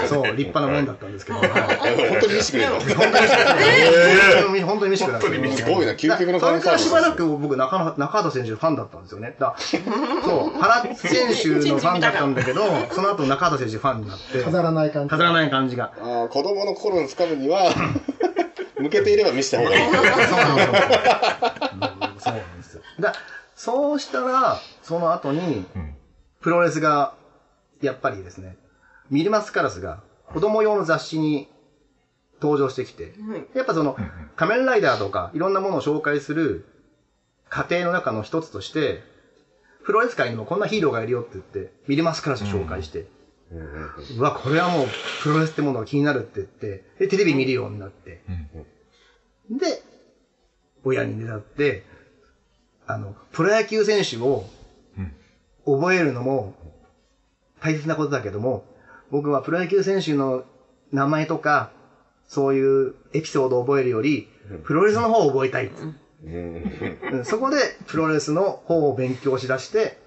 Speaker 4: そう、立派なもんだったんですけど、はい
Speaker 2: 本当に見せてくれた。
Speaker 4: 本当に飯食
Speaker 6: 本当に飯
Speaker 2: すごいな、究極の
Speaker 4: そ
Speaker 2: ファ
Speaker 4: れ
Speaker 2: ンサー
Speaker 4: から
Speaker 2: ビ
Speaker 4: し
Speaker 2: ス
Speaker 4: ばらく僕中野、中畑選手のファンだったんですよね。だそう、原選手のファンだったんだけど、その後中畑選手ファンになって、
Speaker 5: 飾らない感じ。
Speaker 4: 飾らない感じが。
Speaker 2: あー子供の心をつかむには、向けていれば見せた方がいい。
Speaker 4: そうなんですよ。そうなんですよ。だそうしたら、その後に、
Speaker 6: うん
Speaker 4: プロレスが、やっぱりですね、ミリマスカラスが子供用の雑誌に登場してきて、
Speaker 1: はい
Speaker 4: やっぱその、仮面ライダーとかいろんなものを紹介する過程の中の一つとして、プロレス界にもこんなヒーローがいるよって言って、ミリマスカラスを紹介して、うわ、これはもうプロレスってものが気になるって言って、で、テレビ見るようになって、で、親にねだって、あの、プロ野球選手を覚えるのも大切なことだけども、僕はプロ野球選手の名前とか、そういうエピソードを覚えるより、プロレスの方を覚えたいっつ。うんそこでプロレスの方を勉強しだして、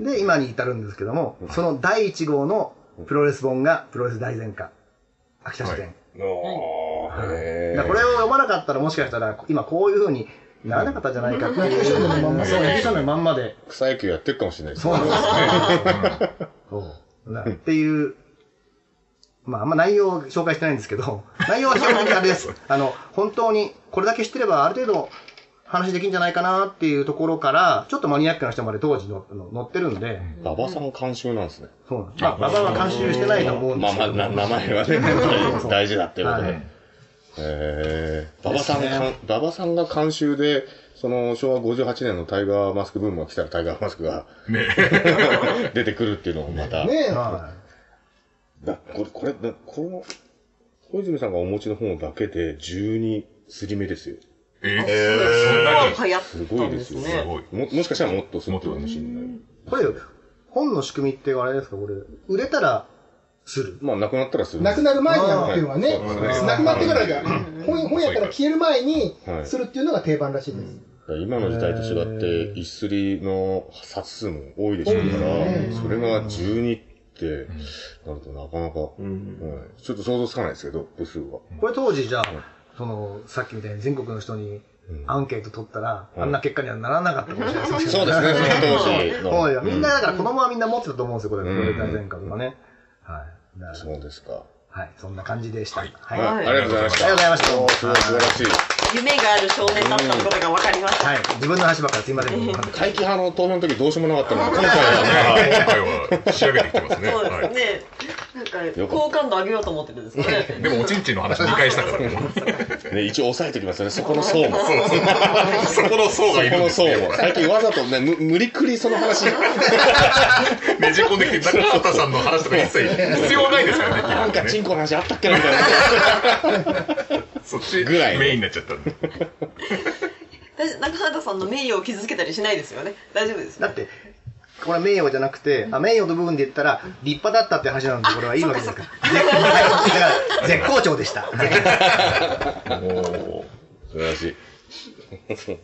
Speaker 4: で、今に至るんですけども、その第1号のプロレス本がプロレス大全化。秋田支店。
Speaker 2: おーへ
Speaker 4: だからこれを読まなかったらもしかしたら、今こういう風にならなかったんじゃないかっていう。そう、野球少年のまんまで。
Speaker 2: ー草野球やってるかもしれないです
Speaker 4: そうなんですね。そうだっていう、まああんま内容を紹介してないんですけ ど、内容は基本的にあれです。あの、本当にこれだけ知ってればある程度話できるんじゃないかなっていうところから、ちょっとマニアックな人まで当時の乗ってるんで、
Speaker 2: 馬場さん監修なんですね。
Speaker 4: そうなんです。まあ、馬場は監修してないと思うんで
Speaker 2: まあ
Speaker 4: すけ
Speaker 2: まあ、
Speaker 4: ど。
Speaker 2: な名前はね、大事だっていうことで。えー、馬場さんが、馬場さんが監修で、その昭和58年のタイガーマスクブームが来たらタイガーマスクが出てくるっていうのもまた、
Speaker 5: ねえ。
Speaker 4: は
Speaker 2: だこれ、これ、だこの、小泉さんがお持ちの本だけで12すり目ですよ。
Speaker 6: え
Speaker 1: えー、そんな流行
Speaker 2: す
Speaker 1: っ
Speaker 2: ご
Speaker 1: た
Speaker 2: い
Speaker 1: ん
Speaker 2: で
Speaker 1: ですす
Speaker 2: よ。
Speaker 1: ね。
Speaker 6: ごい
Speaker 2: も、もしかしたらもっとするかもしれない。
Speaker 4: い。こ
Speaker 2: こ
Speaker 4: れ
Speaker 2: れ、、
Speaker 4: 本の仕組みってあれですかこれ、売れたらする。
Speaker 2: まあ、なくなったらする。
Speaker 5: なくなる前にやるっていうのはね
Speaker 2: あーそうです
Speaker 4: ね、
Speaker 5: なくなってからが、本本屋から消える前に
Speaker 2: はい
Speaker 5: するっていうのが定番らしいです。
Speaker 2: 今の時代と違っ
Speaker 4: へ
Speaker 2: て、一すりの冊数も多いでしょうから、それが12ってなるとなかなか、はいちょっと想像つかないですけど、部数は。
Speaker 4: これ当時じゃあ、その、さっきみたいに全国の人にアンケート取ったら、
Speaker 2: うん
Speaker 4: あんな結果にはならなかったかもしれない です
Speaker 2: そうですね、その当時の。
Speaker 4: そうよみんな、だから子供はみんな持ってたと思うんですよ、これ。これ大前科とかね。はい。だから
Speaker 2: そうですか。
Speaker 4: はい。そんな感じでした。はい。あり
Speaker 2: はい
Speaker 4: が
Speaker 2: ありがとうございまし。
Speaker 4: とうございました
Speaker 2: すごい素晴
Speaker 4: た。
Speaker 2: らしい。
Speaker 1: 夢がある少年だったことが分かりました。
Speaker 4: はい。自分の話ばっかりすいません。
Speaker 2: 会期派の投票の時どうしようもなかったのが、今回は
Speaker 6: 今回は仕上げてきてますね。
Speaker 1: そうで
Speaker 6: は
Speaker 1: すね。なんか、好感度上げようと思ってるんですか
Speaker 6: い。
Speaker 1: ね。
Speaker 6: でも、おちんちんの話2回したから、もう
Speaker 2: ね、一応押さえておきますよね、そこの層も。そ
Speaker 6: そこの層がい
Speaker 2: こ
Speaker 6: るん
Speaker 2: の
Speaker 6: です
Speaker 2: 層
Speaker 6: ね。
Speaker 2: も。最近わざとね、む無理くりその話、
Speaker 6: ねじ込んできて、中畑さんの話とか一切必要ないですからね。
Speaker 2: なんかチンコの話あったっけなみたいな。
Speaker 6: そっち
Speaker 2: ぐらい
Speaker 6: メインになっちゃったんで。
Speaker 1: 大丈夫中畑さんの名誉を傷つけたりしないですよね。大丈夫です。
Speaker 4: だって、これは名誉じゃなくて、あ名誉の部分で言ったら、立派だったって話なんで、これはいいわけですから。はいだから絶好調でした。 はい
Speaker 2: おお素晴らしい。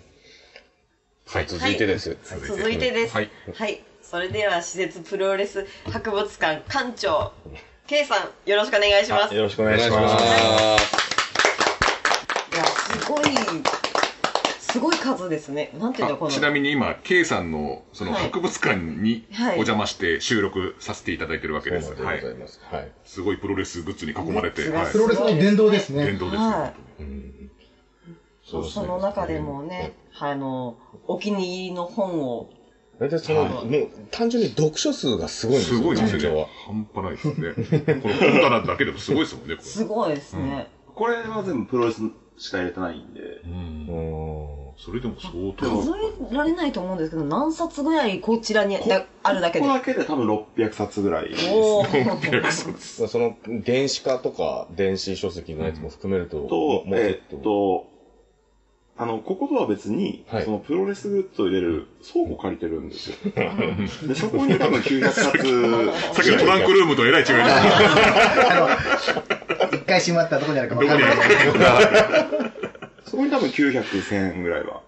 Speaker 2: はい、続いてです。
Speaker 1: 続いてです。
Speaker 6: は
Speaker 1: はいい。それでは、施設プロレス博物館館長、K さん、よろしくお願いします。いや、
Speaker 7: よろしくお
Speaker 2: お
Speaker 7: 願いします。
Speaker 2: す。
Speaker 1: すごい、すごい数ですね。なんていうんだろう、こ
Speaker 6: あ
Speaker 1: の。
Speaker 6: ちなみに今、K さんのその
Speaker 1: はい
Speaker 6: 博物館にお
Speaker 1: はい
Speaker 6: 邪魔して収録させていただいてるわけです。
Speaker 2: あ
Speaker 6: は
Speaker 2: りが
Speaker 6: い
Speaker 2: とう。ございます。はい。
Speaker 6: すごいプロレスグッズに囲まれて、
Speaker 1: グッズが
Speaker 6: はい
Speaker 5: プロレスの殿堂です
Speaker 6: 殿
Speaker 5: ね。
Speaker 6: 堂です
Speaker 1: は
Speaker 6: ね
Speaker 1: い。
Speaker 2: そうです
Speaker 1: そ
Speaker 2: ね
Speaker 1: の中でもね、あの、お気に入りの本を、
Speaker 2: 大体その、もう単純に読書数がすごいんですよ。
Speaker 6: すごいです
Speaker 2: 館長
Speaker 6: ね
Speaker 2: は。。
Speaker 6: 半端ないですね。この本棚だけでもすごいですもんね、これ。
Speaker 1: すごいですね。
Speaker 7: これは全部プロレスしか入れてないんで、
Speaker 6: うん
Speaker 2: うん
Speaker 6: それでも相当。
Speaker 1: 数えられないと思うんですけど、何冊ぐらいこちらにだあるだけ
Speaker 7: こ
Speaker 1: で
Speaker 7: こ。だけで多分600冊ぐらい。
Speaker 1: おお。
Speaker 2: その、電子化とか、電子書籍のやつも含めると、
Speaker 7: と、
Speaker 2: もう
Speaker 7: え
Speaker 2: ちょ
Speaker 7: っ
Speaker 2: っと。
Speaker 7: と、あの、こことは別に、
Speaker 2: はい
Speaker 7: そのプロレスグッズを入れる倉庫借りてるんで すよ。で、そこに多分900冊ぐらい。
Speaker 6: さっきのトランクルームとえらい違いですね。
Speaker 4: 一回閉まったらどこにあるか分
Speaker 6: どこ
Speaker 4: かん
Speaker 6: に
Speaker 4: ない。
Speaker 7: そこに多分900、1000ぐらいは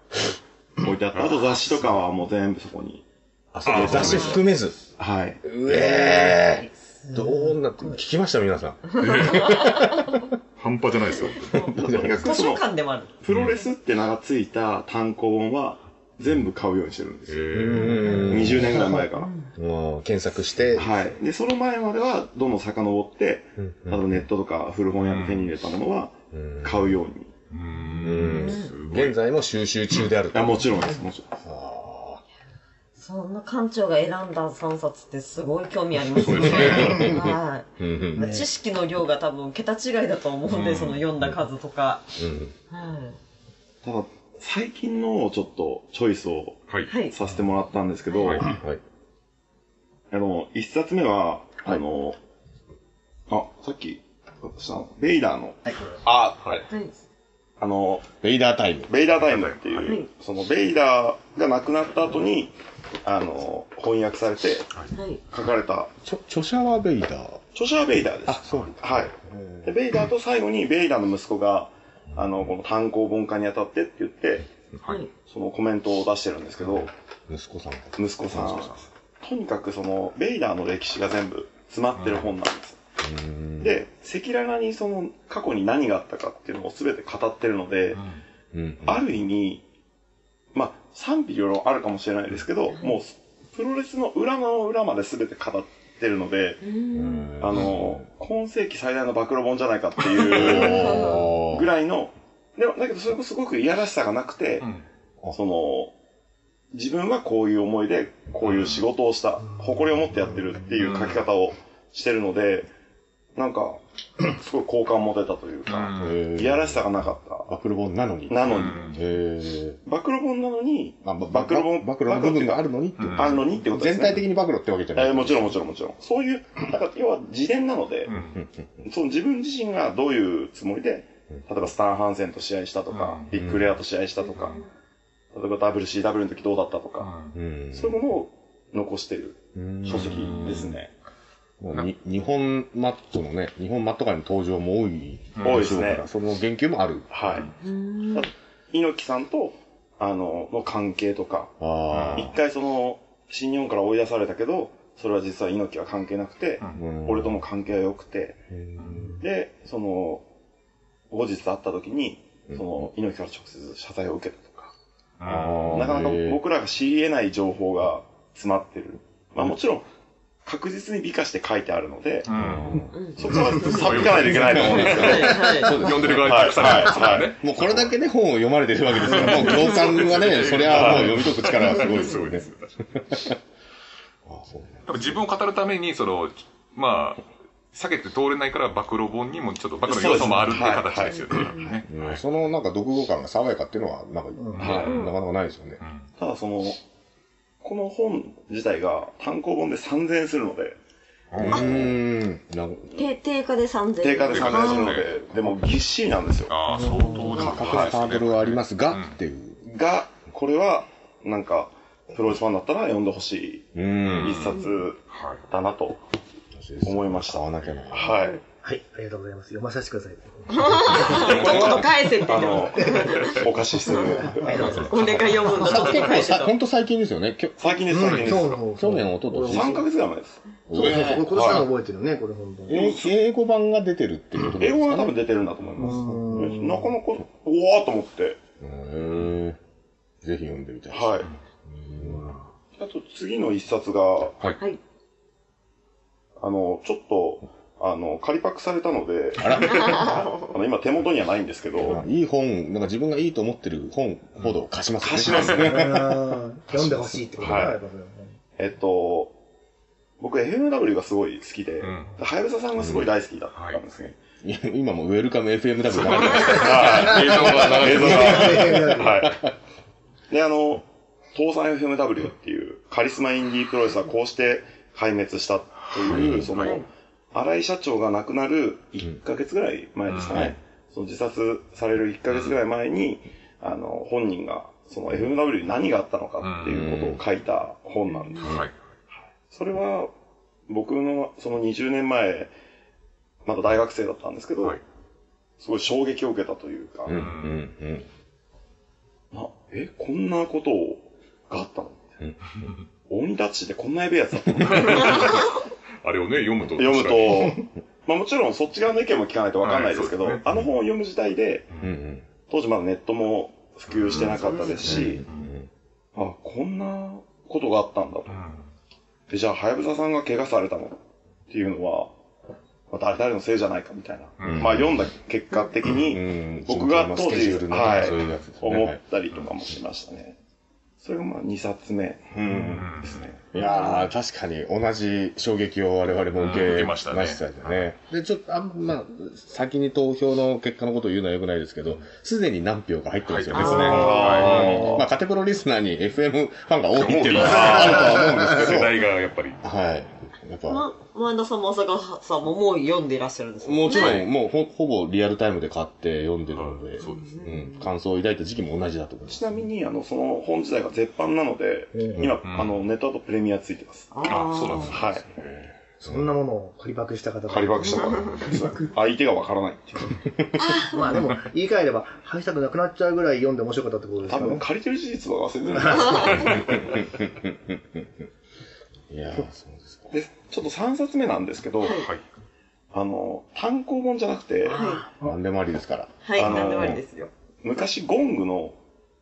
Speaker 7: 置いてあった。あと雑誌とかはもう全部そこに。
Speaker 2: あ、そうです雑誌含めず。
Speaker 7: はい。
Speaker 2: うえーどうなって、聞きました皆さん。
Speaker 6: 半端じゃないですよ。
Speaker 7: とに かく
Speaker 1: 図
Speaker 7: そ
Speaker 1: 書
Speaker 7: の、
Speaker 1: 館でもある。
Speaker 7: プロレスって名がついた単行本は全部買うようにしてるんですよ。
Speaker 2: うん
Speaker 7: 20年ぐらい前から。
Speaker 2: うん検索して、
Speaker 7: はい。で、その前までは、どんどん遡って、あとネットとか古本屋で手に入れたものは、買うように。
Speaker 2: 現在も収集中である
Speaker 7: あ、もちろんです、もちろんです。
Speaker 1: そんな館長が選んだ3冊ってすごい興味ありますね。はい。まあ知識の量が多分桁違いだと思うんで、その読んだ数とか。は
Speaker 7: ただ、最近のをちょっと、チョイスを
Speaker 6: はい
Speaker 1: い。。はい。
Speaker 7: させてもらったんですけど、
Speaker 2: はい。
Speaker 7: あの、一冊目は、あの、あ、さっき、私の、ベイダーの、あ、はい。
Speaker 1: はい
Speaker 7: あの、
Speaker 2: ベイダータイム。
Speaker 7: ベイダータイムっていう、
Speaker 1: はい
Speaker 7: そのベイダーが亡くなった後に、あの、翻訳されて
Speaker 1: はい。
Speaker 7: 書かれた、
Speaker 2: 著著者はベイダー。
Speaker 7: 著者はベイダーです。
Speaker 2: そう
Speaker 7: はい。で、ベイダーと最後に、ベイダーの息子が、あの、この単行本化にあたってって言って、
Speaker 1: はい。
Speaker 7: そのコメントを出してるんですけど、
Speaker 2: 息子さんが。
Speaker 7: 息子さん、とにかくその、ベイダーの歴史が全部詰まってる本なんです。で、赤裸々にその、過去に何があったかっていうのを全て語ってるので、
Speaker 2: うん。
Speaker 7: ある意味、まあ、賛否両論あるかもしれないですけど、もう、プロレスの裏の裏まで全て語ってるので、あの、今世紀最大の暴露本じゃないかって いうぐらいの、でも、だけどそれもすごくいやらしさがなくて、その、自分はこういう思いで、こういう仕事をした、誇りを持ってやってるっていう書き方をしてるので、なんか、 すごい好感持てたというか、
Speaker 2: え
Speaker 7: い
Speaker 2: ー
Speaker 7: やらしさがなかっ
Speaker 2: 暴露本なのに。
Speaker 7: た。なのに、
Speaker 2: えー、
Speaker 7: 暴露本なのに、
Speaker 2: あ、ば
Speaker 7: 暴露本
Speaker 2: 暴露の部分があるのにっていう
Speaker 7: あるのにってことです
Speaker 2: 全
Speaker 7: ね。
Speaker 2: 体的に暴露ってわけじゃない。
Speaker 7: えーもちろんもちろんもちろん。そういう、だから要は自伝なので、その自分自身がどういうつもりで、例えばスタン・ハンセンと試合したとか、ビッグレアと試合したとか、例えば WCW の時どうだったとか、
Speaker 2: うん
Speaker 7: そういうものを残してる
Speaker 2: うん
Speaker 7: 書籍ですね。
Speaker 2: もうに日本マットのね、日本マット界の登場も多い
Speaker 7: 多い
Speaker 2: でしょ
Speaker 7: です
Speaker 2: うから、
Speaker 7: ね。
Speaker 2: その言及もある。
Speaker 7: はい。猪木さんと、あの、の関係とか、
Speaker 2: あ
Speaker 7: 一回その、新日本から追い出されたけど、それは実は猪木は関係なくて、
Speaker 2: あ、うん
Speaker 7: 俺とも関係が良くて、で、その、後日会った時に、その、猪木から直接謝罪を受けたとか、
Speaker 2: あー
Speaker 7: なかなか
Speaker 2: へー
Speaker 7: 僕らが知り得ない情報が詰まってる。まあもちろん、確実に美化して書いてあるので、そこは差っ引かないといけないと思うんですよ。
Speaker 1: はいはい
Speaker 2: そうです
Speaker 3: 読んでる側に
Speaker 7: は
Speaker 3: 託
Speaker 7: い、
Speaker 3: されてますから
Speaker 7: は
Speaker 3: ね。
Speaker 7: い。
Speaker 2: もうこれだけね、本を読まれてるわけですから、もう共感がね、そりゃもう読み解く力がすごいですよね。あそうね
Speaker 3: やっぱ自分を語るために、その、まあ、避けて通れないから暴露本にもちょっと暴露の要素もあるっていう形ですよね。
Speaker 2: うんそのなんか独語感が爽やかっていうのは、なんか、ねなかなかないですよね。
Speaker 7: ただその、この本自体が単行本で3000円するので、
Speaker 2: うーん。なんか
Speaker 1: 定定価で3000円。
Speaker 7: 定価で3000円するの
Speaker 3: あ
Speaker 7: で、でもぎっしりなんですよ。
Speaker 3: ああ、相当でも
Speaker 2: 価格のハードルはありますが、っていう。
Speaker 7: が、これは、なんか、プロレスファンだったら読んでほし
Speaker 2: う
Speaker 7: い
Speaker 2: ん。
Speaker 7: 一冊
Speaker 3: はい。
Speaker 7: だなと思いました。
Speaker 2: 買わ
Speaker 7: は
Speaker 2: なきゃな。
Speaker 7: い。
Speaker 4: はい、ありがとうございます。読まさせてください。
Speaker 1: 元返せって
Speaker 7: あの、お貸しする。
Speaker 1: 俺が読むんだとって返せ
Speaker 2: さ
Speaker 1: と
Speaker 2: ほんと最近ですよね。きょ
Speaker 7: 最近です、最近で
Speaker 4: 今日
Speaker 7: す。
Speaker 4: の方。
Speaker 2: 去年、おととし。
Speaker 7: 3ヶ月ぐらい前です。
Speaker 4: そうそうそう。これさん覚えてるね、これ本当に。
Speaker 2: え英語版が出てるっていうことなんで
Speaker 7: 英
Speaker 2: す
Speaker 7: 語
Speaker 2: か、ね、
Speaker 7: が多分出てるんだと思います。なかなか、うわーと思って。
Speaker 2: へーぜひ読んでみたいです。
Speaker 7: はい。あと次の一冊が、
Speaker 1: はい。
Speaker 7: あの、ちょっと、あの、仮パクされたので、 あの、今手元にはないんですけど、
Speaker 2: いい本、なんか自分がいいと思ってる本ほど貸しますね。
Speaker 7: 貸しますね。
Speaker 4: うん読んでほしいってことだ
Speaker 7: はい
Speaker 4: やっぱそれは
Speaker 7: えっと、僕 FMW がすごい好きで、
Speaker 3: ん
Speaker 7: はやぶささんがすごい大好きだったんですね。
Speaker 2: いや今もウェルカム FMW だから。
Speaker 7: はい。 映像が流れてます
Speaker 4: ね。
Speaker 7: はい。 で、あの、東山 FMW っていうカリスマインディープロレスはこうして壊滅したという、その、荒井社長が亡くなる1ヶ月ぐらい前ですかね。その自殺される1ヶ月ぐらい前に、あの、本人が、その FMW に何があったのかっていうことを書いた本なんです。
Speaker 3: はい。
Speaker 7: それは、僕のその20年前、まだ大学生だったんですけど、
Speaker 3: はい
Speaker 7: すごい衝撃を受けたというか、
Speaker 2: うんうん
Speaker 7: なえ、こんなことを、があったの鬼タッチでこんなやべえやつだったの
Speaker 3: あれをね、読むと。
Speaker 7: 読むと、まあもちろんそっち側の意見も聞かないとわかんないですけど、
Speaker 3: はいそうです
Speaker 7: あの本を読む時代で、
Speaker 2: うん。うんうん
Speaker 7: 当時まだネットも普及してなかったですし、あ、こんなことがあったんだと。でじゃあ、はやぶささんが怪我されたのっていうのは、まあ、誰々のせいじゃないかみたいな。まあ読んだ結果的
Speaker 2: うん
Speaker 7: に、僕が当
Speaker 2: スケジュ
Speaker 7: 時、
Speaker 2: ールのね
Speaker 7: はい
Speaker 2: そういうやつですね
Speaker 7: 思ったりとかもしましたね。それがまあ2冊目ですね。
Speaker 2: いやー、確かに同じ衝撃を我々も受
Speaker 3: うん受
Speaker 2: け
Speaker 3: け
Speaker 2: ま
Speaker 3: ま
Speaker 2: し
Speaker 3: したた
Speaker 2: ね。
Speaker 3: ね
Speaker 2: で、ちょっと、あんまあ、先に投票の結果のことを言うのは良くないですけど、すでに何票か入ってますよね、
Speaker 3: はい
Speaker 2: これね
Speaker 7: あー
Speaker 2: うんまあ、カテプロリスナーに FM ファンが多いっていうの
Speaker 3: 多い
Speaker 2: はあるとは思うんですけ
Speaker 3: 世
Speaker 2: ど、
Speaker 3: 代がやっぱり。
Speaker 2: はい。やっぱ、
Speaker 1: ま、前田さんも浅川さんももう読んでいらっしゃるんですね
Speaker 2: もちろん、もうほほぼリアルタイムで買って読んでるので、
Speaker 3: そうです
Speaker 2: うん、感想を抱いた時期も同じだと思います。
Speaker 7: ちなみに、あの、その本自体が絶版なので、今、あの、ネットだとプレミアついてます。
Speaker 1: あ
Speaker 3: あ
Speaker 1: ー
Speaker 3: そうなんですね。
Speaker 7: はい。
Speaker 4: そんなものを仮パクした方が
Speaker 7: 仮爆したから。相手がわからないっていう。
Speaker 4: まあでも、言い換えれば、敗したくなくなっちゃうぐらい読んで面白かったってことです
Speaker 7: 多
Speaker 4: よ
Speaker 7: 分、
Speaker 4: ね。
Speaker 7: 借りてる事実は忘れてない
Speaker 2: いやー、そうですか。。
Speaker 7: で、ちょっと3冊目なんですけど、
Speaker 3: はい。
Speaker 7: あの、単行本じゃなくて、
Speaker 2: 何でもありですから。
Speaker 1: はい、
Speaker 7: あのー
Speaker 1: なんでもありですよ。
Speaker 7: 昔ゴングの、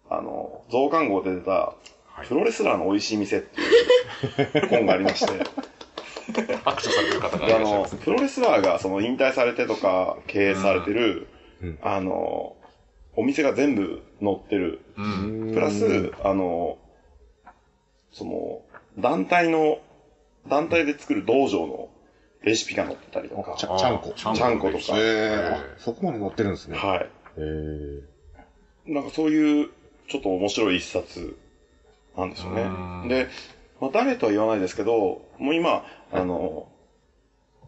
Speaker 7: あの、増刊号で出た、プロレスラーの美味しい店っていう本がありまして、
Speaker 3: 握手されてる方がい
Speaker 7: であ
Speaker 3: らっしゃい
Speaker 7: の
Speaker 3: ます。、
Speaker 7: プロレスラーがその引退されてとか、経営されてる、あの、お店が全部載ってる。プラス、あの、その、団体の、団体で作る道場のレシピが載ってたりとか。
Speaker 2: ちゃちゃんこ。
Speaker 3: ちゃんこ
Speaker 7: ちゃんことか。
Speaker 2: えー、あそこまで乗ってるんですね。
Speaker 7: はい。
Speaker 2: えー、
Speaker 7: なんかそういう、ちょっと面白い一冊なんですよ
Speaker 3: う
Speaker 7: ね
Speaker 3: ん。
Speaker 7: で、まあ、誰とは言わないですけど、もう今、あの、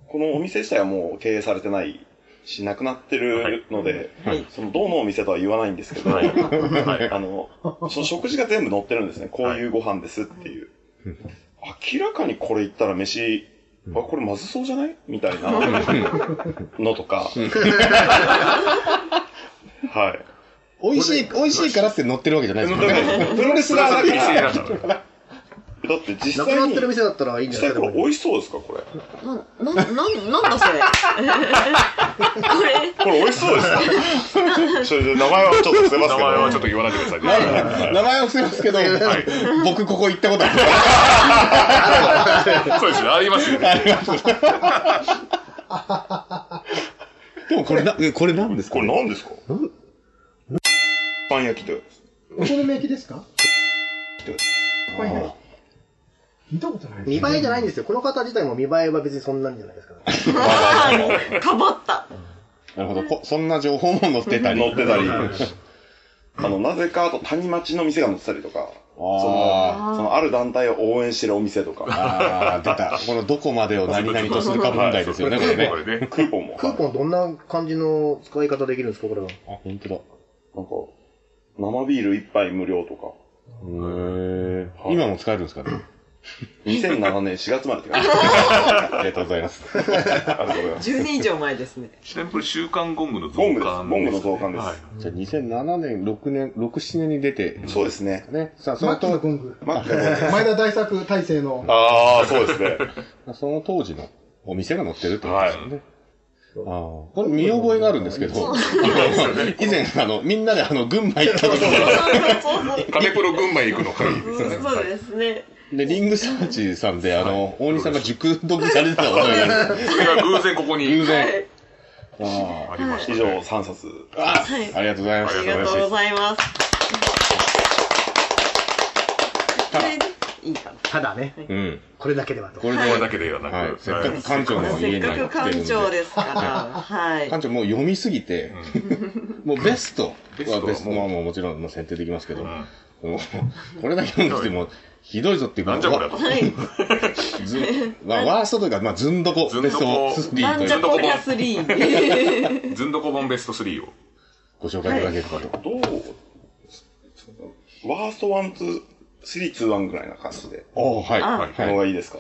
Speaker 7: このお店自体はもう経営されてないし、なくなってるので、
Speaker 1: はい
Speaker 7: その、どうのお店とは言わないんですけど、
Speaker 3: はい。はい。
Speaker 7: あの、その食事が全部載ってるんですね。こういうご飯ですっていう。明らかにこれ言ったら飯、あ、これまずそうじゃないみたいなのとか。はい。
Speaker 2: 美味しい、美味しいからって乗ってるわけじゃないですよね。
Speaker 7: プロレスラーだ
Speaker 3: 厳しい
Speaker 7: から。
Speaker 3: な
Speaker 7: だ
Speaker 3: と。
Speaker 7: って実
Speaker 4: なくなっ
Speaker 7: 際に
Speaker 4: てる、店だったらいいん
Speaker 7: 実
Speaker 4: じゃない
Speaker 7: 際
Speaker 4: で
Speaker 7: これ美味しそうですかこれ。こ
Speaker 1: な、な、な、なんだそれ。 これ、
Speaker 7: れ美味しそう ですかそれで名前はちょっと伏せます
Speaker 3: 名
Speaker 7: けど。
Speaker 3: 前はちょっと言わないでくださいね。
Speaker 2: 名前は伏せますけど、僕ここ行ったことある。
Speaker 3: そうですね。ありますよね。
Speaker 2: でもこれな、えこれ何ですか
Speaker 7: これ何ですかパン焼きと。
Speaker 5: お好み焼きですかパン焼き見たことない。
Speaker 4: 見栄えじゃないんですよ。この方自体も見栄えは別にそんなんじゃないですから。
Speaker 1: かばった。
Speaker 2: なるほどこ。そんな情報も 載ってたり。
Speaker 7: 乗ってたり。あの、なぜか、あと、谷町の店が載ってたりとか、
Speaker 2: あ
Speaker 7: その、その、ある団体を応援してるお店とか、
Speaker 2: ああ、出た。このどこまでを何々とするか問題です よね、これね
Speaker 3: こ。れね。
Speaker 7: クーポンも。
Speaker 4: クーポンどんな感じの使い方できるんですか、これは。
Speaker 2: あ、本当だ。
Speaker 7: なんか、生ビール一杯無料と か、
Speaker 2: へえ。今も使えるんですかね。
Speaker 7: 2007年4月までって書いて
Speaker 2: ありがとうございます。
Speaker 7: あるありがとうございます。
Speaker 1: 10年以上前ですね。
Speaker 3: ちなみにこれ週刊ゴングの増
Speaker 7: ゴングです。ゴ
Speaker 3: 刊
Speaker 7: ングの増刊です。
Speaker 3: はい
Speaker 2: じゃあ2007年、6年、6、7年に出て、
Speaker 7: そうですね。
Speaker 2: ね。さあ、そ
Speaker 5: マ
Speaker 2: の
Speaker 5: ックスの
Speaker 2: と
Speaker 5: ゴング。
Speaker 7: マックのゴング
Speaker 5: 前田大作大成の。
Speaker 7: ああ、そうですね。
Speaker 2: その当時のお店が載ってるってことですよね。ああこれ見覚えがあるんですけど、あの 以前、あの、みんなであの、群馬行った時 に、
Speaker 1: そうそう
Speaker 3: カネプロ群馬へ行くの会ですよね。
Speaker 1: うんそうですね。
Speaker 2: で、リングサーチさんで、あの、大西さんが熟読されてたことになる。
Speaker 3: それが偶然ここ
Speaker 2: 偶
Speaker 3: に
Speaker 1: はい
Speaker 2: 然。。あ
Speaker 3: ありました
Speaker 7: 以
Speaker 3: ね。
Speaker 7: 上3冊。
Speaker 2: ああありがとうございま
Speaker 1: あ
Speaker 2: す。
Speaker 1: りがとうございます。これでいいかな。
Speaker 4: ただね、
Speaker 2: うん。
Speaker 4: これだけではと。
Speaker 2: これで、
Speaker 3: これだけではなく、
Speaker 2: はい、せっ
Speaker 3: は
Speaker 2: かく館長の
Speaker 1: せ
Speaker 2: 家
Speaker 1: っ
Speaker 2: に
Speaker 1: かく
Speaker 2: 来てる
Speaker 1: 館
Speaker 2: んで。
Speaker 1: 長ですから、はい。
Speaker 2: 館長もう読みすぎて、もうベストはベ
Speaker 3: ベ
Speaker 2: ス
Speaker 3: ス
Speaker 2: ト
Speaker 3: トはもう
Speaker 2: まあもうもちろんもう選定できますけど、
Speaker 3: うん
Speaker 2: もうこれだけ読んできても、ひどいぞっていうか、
Speaker 3: なんじゃこれ
Speaker 2: わ
Speaker 1: はい。
Speaker 2: ずまあ、ワーストというか、まあ、ずんどこ、
Speaker 3: ずん
Speaker 2: ベ
Speaker 3: ど
Speaker 2: ス
Speaker 3: こ
Speaker 2: ト3と
Speaker 1: なんじゃ
Speaker 2: いう
Speaker 1: こりゃ3。
Speaker 3: ずんどこ本ベスト3を。
Speaker 2: ご紹介いただけるかと。
Speaker 7: どうワースト1、2、3、2、1ぐらいな感じで。
Speaker 2: おーはい、
Speaker 3: あ
Speaker 2: はい
Speaker 7: の
Speaker 2: は
Speaker 7: がいいですか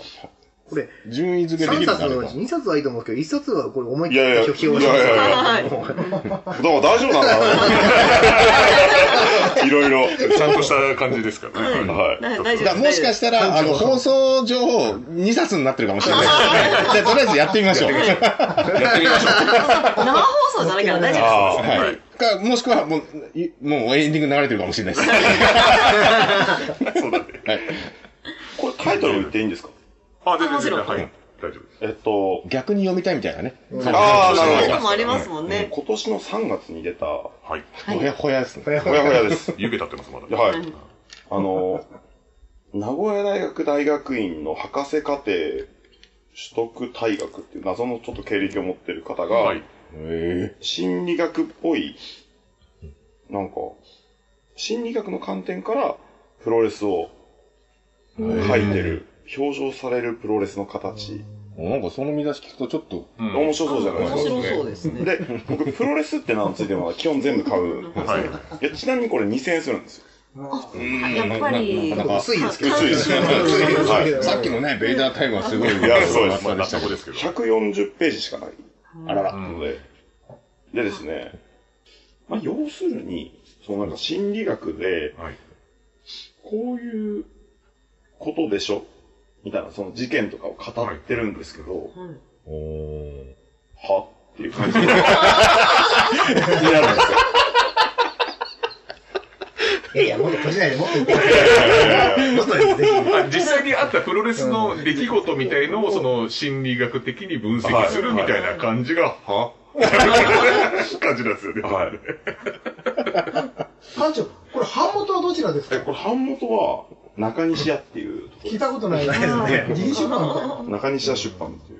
Speaker 4: これ、
Speaker 2: い。順位付けで
Speaker 4: 3
Speaker 2: きるので
Speaker 4: 冊
Speaker 2: あれ
Speaker 4: のう
Speaker 2: ば
Speaker 4: ち。2冊はいいと思うんですけど、1冊はこれ思いっ
Speaker 7: い
Speaker 4: き
Speaker 7: やいや、い
Speaker 4: り批評
Speaker 7: やい
Speaker 4: し
Speaker 7: やい
Speaker 4: ま
Speaker 7: や。
Speaker 1: はい。
Speaker 7: だから大丈夫なんだろう いろいろ。
Speaker 3: ちゃんとした感じですからね。
Speaker 7: はい。
Speaker 1: な大丈夫
Speaker 2: だからもしかしたら、あの、放送上、2冊になってるかもしれない。じゃあ、とりあえずやってみましょう。
Speaker 3: やってみましょ
Speaker 1: 生放送じゃないから大丈夫
Speaker 7: ああ、
Speaker 2: はい。か、もしくは、もう、いもうエンディング流れてるかもしれないです。はい。
Speaker 7: これタイトル言っていいんですか
Speaker 3: う。あ、全然全然。はい。大丈夫です。
Speaker 7: えっと、
Speaker 2: 逆に読みたいみたいなね。
Speaker 7: ああ、な
Speaker 1: です。そうい
Speaker 7: るほど
Speaker 1: うの。もありますもんね。
Speaker 7: 今年の3月に出た、ほ
Speaker 3: はい。
Speaker 2: ほやほやですね。
Speaker 7: やほやです。
Speaker 3: 湯気立ってます、まだ。
Speaker 7: はい。あの、名古屋大学大学院の博士課程取得大学っていう謎のちょっと経歴を持ってる方が、
Speaker 3: はい。
Speaker 2: え
Speaker 7: 心理学っぽい、なんか、心理学の観点からプロレスを書いてる、表彰されるプロレスの形。
Speaker 2: えなんかその見出し聞くとちょっと、
Speaker 3: うん
Speaker 7: 面白そうじゃない
Speaker 1: 面
Speaker 7: です
Speaker 1: 白そうです
Speaker 7: か。
Speaker 1: ね。
Speaker 7: で、僕、プロレスって名のついてるのは基本全部買うんですよ。
Speaker 3: はい。
Speaker 7: いや、ちなみにこれ2000円するんですよ。
Speaker 1: やっぱり
Speaker 2: ななかなか
Speaker 4: す。薄いですけど。
Speaker 7: 薄いですね。はい。
Speaker 2: さっきのね、ベイダータイムはすごい、
Speaker 7: いやそうです
Speaker 3: ま
Speaker 2: 噂で
Speaker 3: あ、納
Speaker 2: したけど
Speaker 3: 得ですけど。
Speaker 7: 140ページしかない。
Speaker 2: あらら。
Speaker 3: ん
Speaker 7: ので、でですね、まあ、要するに、そのなんか心理学で、
Speaker 3: はい。
Speaker 7: こういうことでしょみたいな、その事件とかを語ってるんですけど、は
Speaker 2: お
Speaker 7: っていう感じになるんですよ。
Speaker 4: いやいや、もっと閉じ ないで、もっと言って。 もっとですね。
Speaker 3: あ実際にあったプロレスの出来事みたいのを、その、心理学的に分析するみたいな感じが、は感じなんですよね。
Speaker 7: はい。
Speaker 5: 館長、これ版元はどちらです
Speaker 7: え、
Speaker 5: か
Speaker 7: これ版元は中西屋っていうとこ
Speaker 5: 聞いたことない。
Speaker 4: ないですね
Speaker 5: 自費出版みたいな。
Speaker 7: ろ、中西屋出版っていう。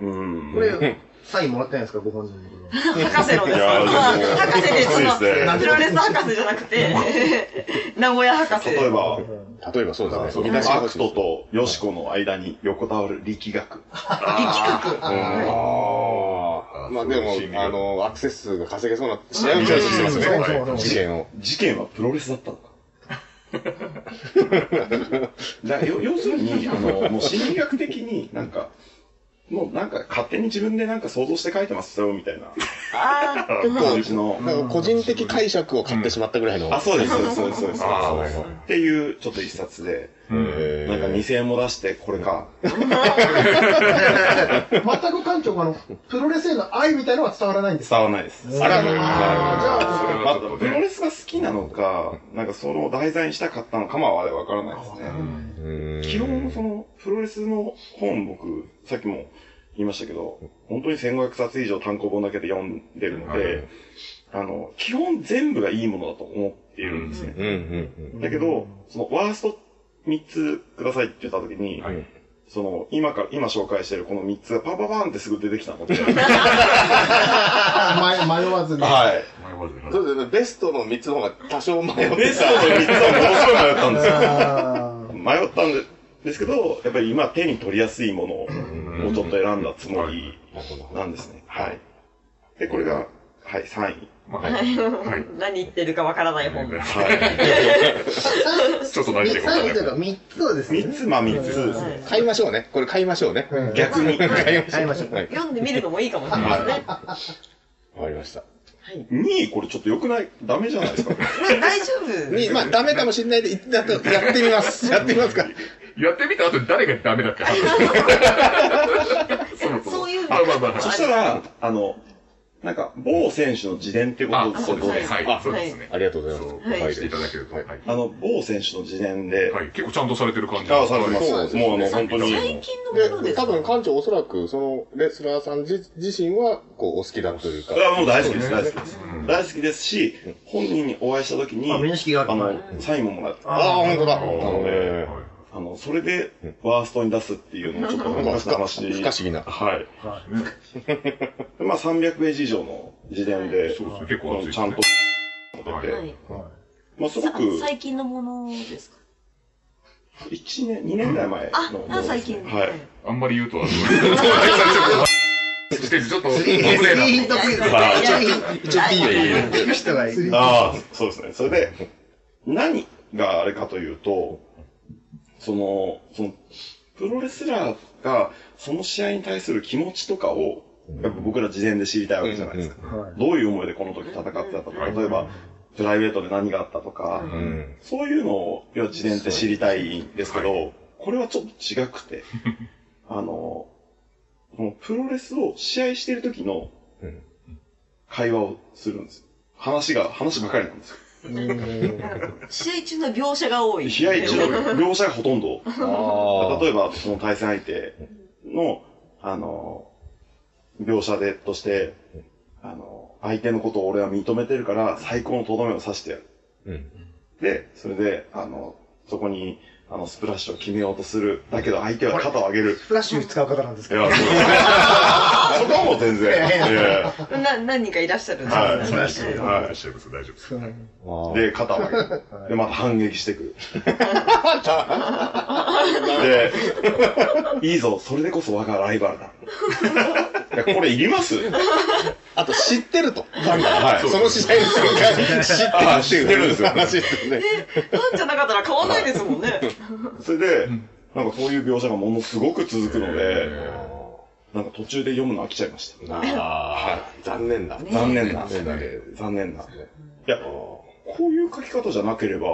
Speaker 2: ー
Speaker 4: これ、サインもらってないですか、ご本人に。
Speaker 1: 博士のです。
Speaker 7: いやーでも
Speaker 1: 博士です。そ
Speaker 7: すごいですね
Speaker 1: のプロレス博士じゃなくて、名古屋博士。
Speaker 7: 例えば、
Speaker 2: 例えばそうだね。見出しが
Speaker 7: ア
Speaker 2: 欲
Speaker 7: ク
Speaker 2: しいです
Speaker 7: ト
Speaker 2: ね
Speaker 7: とヨシコの間に横たわる力学。
Speaker 1: 力学。
Speaker 2: ああ。まあでも
Speaker 3: 心理、学
Speaker 2: あの、アクセス数が稼げそうな試合を見たりしてます
Speaker 4: うんそうそうそ
Speaker 2: ね。
Speaker 4: う
Speaker 2: 事件を。
Speaker 7: 事件はプロレスだったのか。だから要要するに、あの、もう心理学的になんか、もうなんか勝手に自分でなんか想像して書いてますよ、みたいな。
Speaker 1: ああ、
Speaker 7: 当時の。
Speaker 2: なんか個人的解釈を買ってしまったぐらいの。
Speaker 7: あ、そうです、そうです、そうですそうです。
Speaker 3: あ
Speaker 7: そうですっていう、ちょっと一冊で、
Speaker 2: へ
Speaker 7: なんか
Speaker 2: ー
Speaker 7: 2000円も出して、これか。
Speaker 5: 全く館長があの、プロレスへの愛みたいのは伝わらないんです。
Speaker 7: 伝わらないです。
Speaker 2: あらま
Speaker 5: あ
Speaker 2: あ。
Speaker 5: あ、じゃあ、
Speaker 7: まあ、プロレスが好きなのか、なんかその題材にしたかったのかまあ我々わからないですね。基本、その、プロレスの本僕、さっきも言いましたけど、本当に1500冊以上単行本だけで読んでるので、あの、基本全部がいいものだと思っているんですね。
Speaker 2: うんうん
Speaker 7: だけど、その、ワースト3つくださいって言った時に、
Speaker 2: い
Speaker 7: その、今から、今紹介してるこの3つがパパパンってすぐ出てきた ので、
Speaker 5: あ迷迷わずに。
Speaker 7: はい。
Speaker 3: 前まで
Speaker 2: う。
Speaker 3: なん
Speaker 2: そうですね。ベストの3つの方が多少迷って
Speaker 7: ベストの3つはものすごい迷ったんですよ。
Speaker 4: あ
Speaker 7: 迷ったんですけど、やっぱり今手に取りやすいものをちょっと選んだつもりなんですね。はい。で、これが、はい、3位。
Speaker 3: まあはいはい。
Speaker 1: 何言ってるかわからない本。
Speaker 7: はい。
Speaker 3: ちょっと何してるか
Speaker 4: 最
Speaker 3: 分
Speaker 4: 後
Speaker 3: かん
Speaker 4: というか、
Speaker 3: ない。
Speaker 4: 3つをですね、
Speaker 7: 3つ、まあ3つですね。
Speaker 2: 買いましょうね。これ買いましょうね。
Speaker 7: 逆に、
Speaker 2: 買いましょう。
Speaker 4: 買いましょう
Speaker 2: はい。
Speaker 1: 読んでみるのもいいかもしれないですね。
Speaker 2: わかりました。
Speaker 7: 2位これちょっと良くないダメじゃないですか。
Speaker 1: まあ大丈夫。
Speaker 2: に、まあ、ダメかもしれないで、一旦やってみ ます。やってみますか。
Speaker 3: やってみた後に誰がダメだって話そもそも
Speaker 1: そういうの
Speaker 3: あ、まあまあ
Speaker 7: そしたら、あの、なんか、某選手の自伝ってこ
Speaker 3: あ
Speaker 7: とです
Speaker 3: そ
Speaker 7: け
Speaker 3: うです
Speaker 7: ど
Speaker 3: ね。、はい。
Speaker 2: あ
Speaker 3: そうですね。
Speaker 2: ありがとうござい
Speaker 3: そう
Speaker 2: ます。
Speaker 3: していただけると。はい。
Speaker 7: あの、某選手の自伝で、
Speaker 3: はい。結構ちゃんとされてる感じ。
Speaker 7: あ、されてま。
Speaker 2: そうなんですすよ
Speaker 7: もうあの、本当に。
Speaker 1: 最近のもの
Speaker 2: で、
Speaker 1: です
Speaker 2: 多分、館長おそらく、その、レスラーさん自自身は、こう、お好きだというか。
Speaker 7: あもう大好きです、大好きです。大好きですし、本人にお会いしたときに、
Speaker 4: あ面識がある
Speaker 7: あの、サインももらった。
Speaker 2: ああ、本当だ。な
Speaker 3: はい
Speaker 2: ので、
Speaker 7: あの、それで、ワーストに出すっていうのをちょっと
Speaker 2: なんか
Speaker 7: 昔
Speaker 2: 不
Speaker 7: の
Speaker 2: 可
Speaker 7: 話。
Speaker 2: 不可思議な。
Speaker 7: はい。でまあ、300ページ以上の時点で、
Speaker 3: そうですね。結構熱いですね。
Speaker 7: ちゃんと、
Speaker 3: はい
Speaker 7: 出て
Speaker 1: はい
Speaker 7: まあ、すごく、
Speaker 1: さ最近のものですか
Speaker 7: 1年、2年ぐらい前
Speaker 1: あ
Speaker 7: の、も
Speaker 1: あ
Speaker 7: ので
Speaker 1: 最
Speaker 7: すね。
Speaker 1: 近。
Speaker 7: はい。
Speaker 3: あんまり言うとは。そう してちょっと危ねえな。
Speaker 4: ピンとくる。
Speaker 1: はい
Speaker 4: 一応ピン、
Speaker 1: 一応ピンで
Speaker 4: ピンとくる人がいる。
Speaker 7: ああ、そうですね。それで、何があれかというと、その、その、プロレスラーが、その試合に対する気持ちとかを、やっぱ僕ら事前で知りたいわけじゃないですか。
Speaker 4: はい
Speaker 7: どういう思いでこの時戦ってたとか、例えば、プライベートで何があったとか、
Speaker 2: うん。
Speaker 7: そういうのを、要は事前って知りたいんですけど、これはちょっと違くて、あの、もうプロレスを試合してる時の
Speaker 2: うん
Speaker 7: 会話をするんですよ。話が、話ばかりなんですよ。
Speaker 1: 試合中の描写が多い。
Speaker 7: 試合中の描写がほとんど。
Speaker 2: あ
Speaker 7: 例えば、その対戦相手の、あの、描写で、として、あの、相手のことを俺は認めてるから、最高のとどめを刺してやる。
Speaker 2: うん
Speaker 7: で、それで、あの、そこに、あの、スプラッシュを決めようとする。だけど相手は肩を上げる。
Speaker 4: フラッシュ使う方なんです
Speaker 7: い
Speaker 4: けど。
Speaker 7: や、そう そこはもう全然。いやいや
Speaker 1: な何人かいらっしゃるんです
Speaker 7: はい。
Speaker 1: ね。
Speaker 7: は
Speaker 3: 大丈夫です、大丈夫です。
Speaker 7: い。で、肩を上げる。で、また反撃してくる。で、いいぞ、それでこそ我がライバルだ。いや、これいります
Speaker 2: あと、知ってると。
Speaker 7: はい。
Speaker 2: その試合の瞬間、知ってるっていう 話ですよね。
Speaker 1: なんじゃなかったら買わないですもんね。
Speaker 7: それで、なんかそういう描写がものすごく続くので、なんか途中で読むの飽きちゃいました。
Speaker 2: ああ、残念だ。
Speaker 7: 残念な。
Speaker 2: 残念だ
Speaker 7: 残念な。いや、こういう書き方じゃなければ、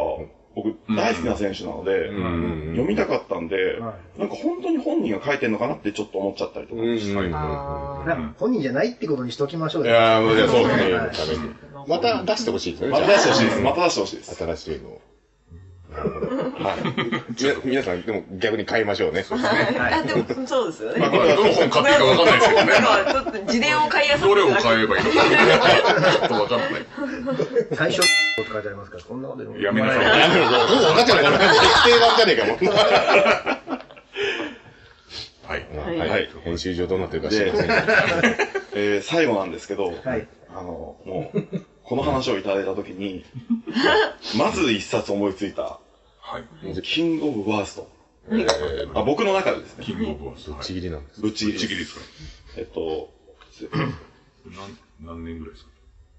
Speaker 7: 僕大好きな選手なので、読みたかったんで、
Speaker 4: は
Speaker 7: なんか本当に本人が書いてんのかなってちょっと思っちゃったりとか。
Speaker 2: うんうん
Speaker 1: あ
Speaker 4: いや本人じゃないってことにしておきましょう
Speaker 2: い
Speaker 4: よ。
Speaker 2: やーもうじゃあそうですね
Speaker 4: はい
Speaker 2: ダメに。また出してほしいですね。
Speaker 7: また
Speaker 2: じゃ
Speaker 7: 出
Speaker 2: あ
Speaker 7: してほしいです。また出してほしいです。
Speaker 2: 新しいのを。
Speaker 7: はい。
Speaker 2: みな皆さん、でも逆に買いましょうね。
Speaker 1: ーあでもそうですよね。
Speaker 3: まあ、これどの本買っていいかわかんないですけどね。
Speaker 1: なんかちょっと自伝を買いやすく
Speaker 3: どれを
Speaker 1: な
Speaker 3: 買えばいいのか、ちょっとわかんない。
Speaker 4: 最初、と書いてありますから、こんなことでも。
Speaker 3: やめなさい
Speaker 4: まあ
Speaker 2: もう分かっちゃうから、定番じゃねえかも。
Speaker 3: はい。
Speaker 1: はい
Speaker 2: はい。編集上どうなってるか知りませんが。
Speaker 7: えー最後なんですけど、
Speaker 4: はい。
Speaker 7: あの、もう、この話をいただいたときに、まず一冊思いついた、
Speaker 3: はい。
Speaker 7: キングオブワースト。
Speaker 3: えー
Speaker 7: あ、僕の中でですね、
Speaker 3: キングオブワース。はい
Speaker 2: ちぎりなんです。
Speaker 7: ぶっちぎり。
Speaker 3: ちぎりですか
Speaker 7: えっと、す
Speaker 3: 何、何年ぐらいですか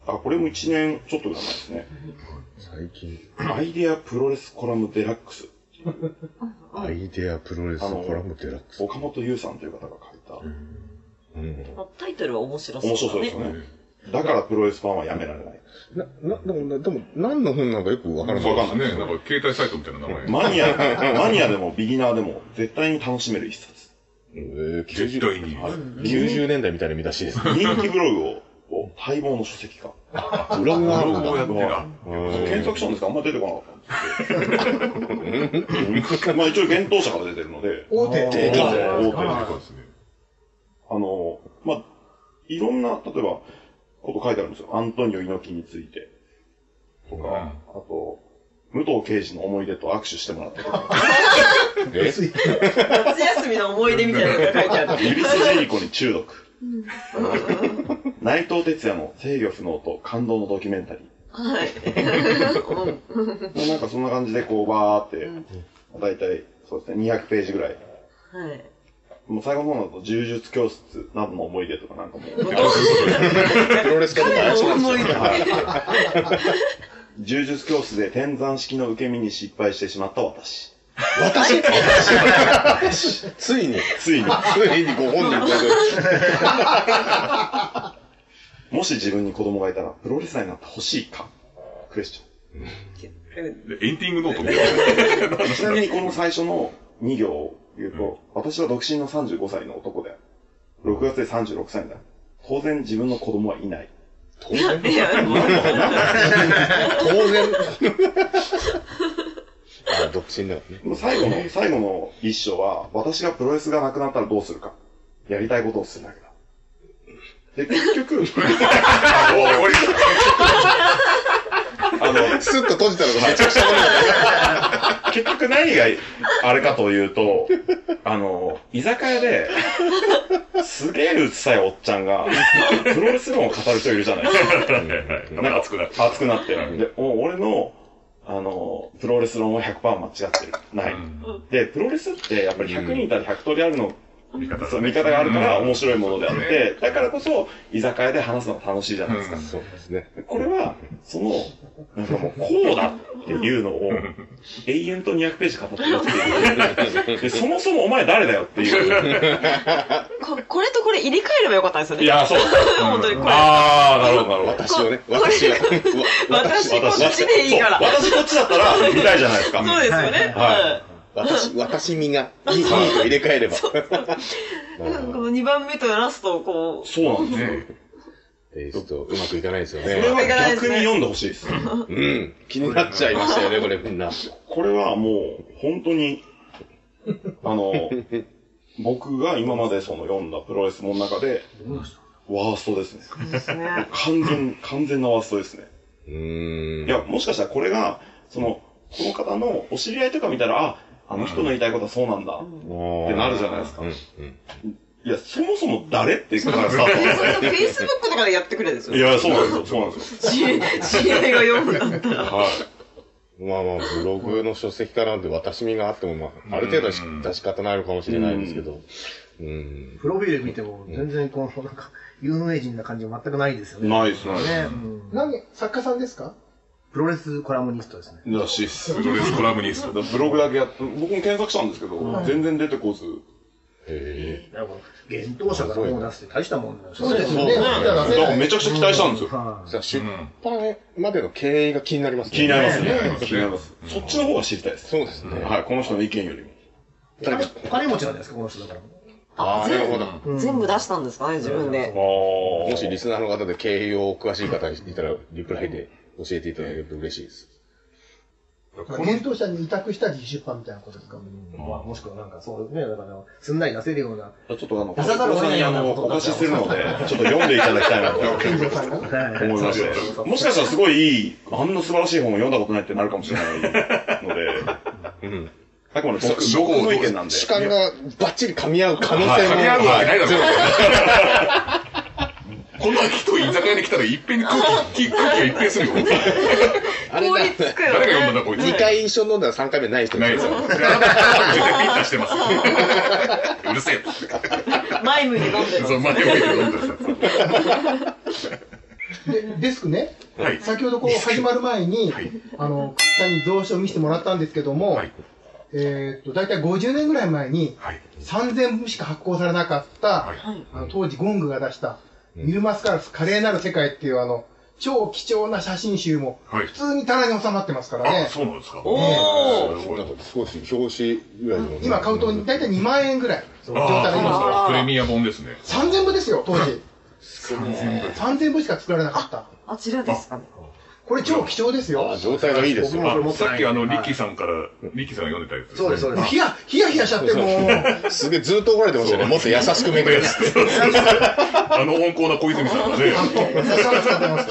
Speaker 7: あ、これも1年ちょっとぐらい前ですね。
Speaker 2: 最近、
Speaker 7: アイデアプロレスコラムデラックス。
Speaker 2: アイデアプロレスコラムデラックス。
Speaker 7: 岡本優さんという方が書い
Speaker 2: うん
Speaker 1: タイトルは面白
Speaker 7: た。
Speaker 1: そう
Speaker 7: 面白
Speaker 1: だ
Speaker 7: そうで
Speaker 1: ね
Speaker 7: すよね。だからプロレスファンはやめられない。
Speaker 2: な、な、でも、でも、何の本なのかよくわからない。
Speaker 7: わかん
Speaker 3: そうですね。なんか携帯サイトみたいな名前。
Speaker 7: マニア、マニアでもビギナーでも絶対に楽しめる一冊。
Speaker 2: えー
Speaker 3: 絶対
Speaker 2: 90
Speaker 3: に。
Speaker 2: 90年代みたいな見出しです。
Speaker 7: 人気ブログを、を待望の書籍化。
Speaker 2: ブログがある
Speaker 3: ロ
Speaker 2: ん
Speaker 3: ゴを
Speaker 2: だ。
Speaker 3: やってる。あ
Speaker 7: 検索したんですかあんま出てこなかった。まあ一応、幻冬者から出てるので、
Speaker 5: 大手。
Speaker 7: 出てる大手
Speaker 3: そうですね。
Speaker 7: あの、まあ、いろんな、例えば、こと書いてあるんですよ。アントニオ猪木について。とか、あと、武藤刑事の思い出と握手してもらったとか、
Speaker 2: え
Speaker 1: 夏休みの思い出みたいなのが書いてある。
Speaker 7: ユリス・ジェリコに中毒。内藤哲也の制御不能と感動のドキュメンタリ
Speaker 1: はい。
Speaker 7: ー。なんかそんな感じでこうバーって、だいたいそうですね、200ページぐらい。
Speaker 1: はい。
Speaker 7: もう最後の方だと柔術教室などの思い出とかなんかも う、
Speaker 2: プロレスか
Speaker 1: 彼の思い出。
Speaker 7: 柔術教室で天山式の受け身に失敗してしまった私。
Speaker 2: 私ついに、
Speaker 7: ついに、
Speaker 2: ついにご本人登場。
Speaker 7: もし自分に子供がいたらプロレスラーになってほしいかクエスチョン。
Speaker 3: でエンディングノートみたいな。
Speaker 7: ちなみにこの最初の2行を言うと、私は独身の35歳の男である。6月で36歳だ。当然自分の子供はいない。
Speaker 1: いや、もう、
Speaker 2: 当然。あ、独身だからね。
Speaker 7: もう最後の、最後の一章は、私がプロレスがなくなったらどうするか。やりたいことをするだけだ。 で、結局、あの、
Speaker 2: スッと閉じたのがめちゃくちゃ面白い。
Speaker 7: 結局何があれかというと、あの、居酒屋で、すげえうつさいおっちゃんが、プロレス論を語る人いるじゃないですか。
Speaker 3: なんか熱くなる。
Speaker 7: 熱くなって。で、お俺の、あの、プロレス論は100%間違ってる。ない。で、プロレスってやっぱり100人いたら100通りあるの、
Speaker 3: 見方
Speaker 7: そう見方があるから面白いものであって、だからこそ居酒屋で話すのが楽しいじゃないですか。
Speaker 2: そうですね。
Speaker 7: これは、その、なんかもう、こうだっていうのを、永遠と200ページ語ってますけ ど、でそもそもお前誰だよっていう。
Speaker 1: ここれとこれ入れ替えればよかったんですよね。
Speaker 7: いや、そう。
Speaker 1: 本当にこれ。
Speaker 7: あー、なるほど、なるほど。
Speaker 2: 私をね、私が。うわ
Speaker 1: 私こっちでいいから。
Speaker 7: 私こっちだったら、見たいじゃないですか。
Speaker 1: そうですよね。
Speaker 7: は
Speaker 2: 私、私身が、いい、いいと入れ替えれば。
Speaker 1: うんなんかこの2番目とラストをこう、
Speaker 7: そうなんですよ。
Speaker 2: テイスト、うまくいかないですよ
Speaker 7: これ
Speaker 2: ね。
Speaker 7: は逆に読んでほしい です。
Speaker 2: うん。気になっちゃいましたよね、これみんな。
Speaker 7: これはもう、本当に、あの、僕が今までその読んだプロレスの中で、ワーストですね。
Speaker 1: ですね。
Speaker 7: 完全、完全なワーストですね。
Speaker 2: うーん。
Speaker 7: いや、もしかしたらこれが、その、この方のお知り合いとか見たら、あ、あの人の言いたいことはそうなんだ。
Speaker 2: って
Speaker 7: なるじゃないですか
Speaker 2: うん。うん
Speaker 7: いや、そもそも誰っていうからスタートなん
Speaker 1: そ
Speaker 7: で
Speaker 1: れと Facebook とかでやってくれるんです
Speaker 7: すよ。い
Speaker 1: よ。
Speaker 7: や、そうなんですよ、そうなんですよ。
Speaker 1: 知り知り合いが読むんだったら。
Speaker 7: はい。
Speaker 2: まあまあ、ブログの書籍化なんで、私身があっても、まあ、ある程度し出し方ないのかもしれないんですけど。うん。
Speaker 4: プロフィール見ても、全然この、なんか、有名人な感じは全くないですよね。
Speaker 7: ないです、ない
Speaker 4: ね、
Speaker 7: で
Speaker 4: うん。
Speaker 5: 何、作家さんですか
Speaker 4: プロレスコラムニストですね。
Speaker 7: す。らしいっす。
Speaker 3: プロレスコラムニスト。
Speaker 7: ブログだけやっ僕も検索したんですけど、全然出てこず。
Speaker 2: へ
Speaker 4: だからもう、幻冬者から本を出すって大したもんだ
Speaker 5: そうですよね。
Speaker 2: そう
Speaker 5: だから
Speaker 7: だからめちゃくちゃ期待したんですよ。
Speaker 2: え。
Speaker 4: は
Speaker 2: さあ、出版までの経緯が気になりますね。
Speaker 7: 気になります
Speaker 4: ね
Speaker 7: ね。気になります。そっちの方が知りたいです。
Speaker 2: そうですね。
Speaker 7: はい、この人の意見よりも。
Speaker 4: い。お金お金持ちなんじゃないですか、この人だから。
Speaker 2: ああ、なるほど。
Speaker 1: 全部出したんですかね、自分で。
Speaker 2: もしリスナーの方で経営を詳しい方いたら、リプライで教えていただけると嬉しいです。
Speaker 5: 検討者に委託したり出版みたいなことですか
Speaker 4: まあ、もしくはなんか、そうね、だから、すんなり出せるような。
Speaker 7: ちょっとあの、
Speaker 4: 出さざるを得ないよう
Speaker 7: あ
Speaker 4: な
Speaker 7: の、
Speaker 4: こと
Speaker 7: お
Speaker 4: だったら
Speaker 7: 貸しするので、ちょっと読んでいただきたいなと
Speaker 5: 健三さんが。
Speaker 4: はい。
Speaker 7: 思いまして。もしかしたらすごいいい、あんな素晴らしい本を読んだことないってなるかもしれないので、あくまで僕
Speaker 3: そ
Speaker 7: 僕の意見なんで。
Speaker 2: 主観がバッチリ噛み合う可能性も。
Speaker 3: 噛み合うわけないだろ。 こんな人居酒屋に来たらいっぺんに空気、空気がいっぺんするよ。
Speaker 2: あれ
Speaker 1: 凍り
Speaker 2: だ。
Speaker 1: つくよ、ね。
Speaker 3: 誰が呼んだんだこいつ。
Speaker 2: 2回一緒に飲んだら3回目ない人
Speaker 3: ないですよ。あなたは絶対ピッタしてます。うるせえ。
Speaker 1: 前向いて飲んでる。
Speaker 3: そう、前を見て飲んでる。
Speaker 5: で、デスクね、
Speaker 3: はい。
Speaker 5: 先ほどこう始まる前に
Speaker 3: はい、
Speaker 5: あの、さんに蔵書を見せてもらったんですけども、
Speaker 3: はい。
Speaker 5: えーっと、だいたい50年ぐらい前に、
Speaker 3: はい。
Speaker 5: 3000部しか発行されなかった、
Speaker 3: はい。
Speaker 5: あの当時ゴングが出した、ミルマスカラス華麗なる世界っていうあの、超貴重な写真集も、
Speaker 3: はい
Speaker 5: 普通に棚に収まってますから
Speaker 3: あ、
Speaker 5: ね。
Speaker 3: そうなんですか。
Speaker 1: おー。
Speaker 3: すごい
Speaker 2: なんかすごいですね表紙ぐらいの。
Speaker 5: 今買うと大体2万円ぐらい。状
Speaker 3: ああ、
Speaker 5: 態
Speaker 3: そうな
Speaker 5: 今
Speaker 3: んですか。プレミア本ですね。
Speaker 5: 3000部ですよ、当時。3000部しか作られなかった。
Speaker 1: あちらですかね。
Speaker 5: これ超貴重ですよ
Speaker 2: あ。状態がいいですよ。
Speaker 3: あ、さっきあの、リッキーさんから、リッキーさんが読んでたやつ。。
Speaker 4: そうです、そううです。
Speaker 5: ヒヤ、ヒヤヒヤしちゃってもう、
Speaker 2: すげえずっと怒られてましたよね。もっと優しくめぐ れって。
Speaker 3: あの温厚な小泉さんがね。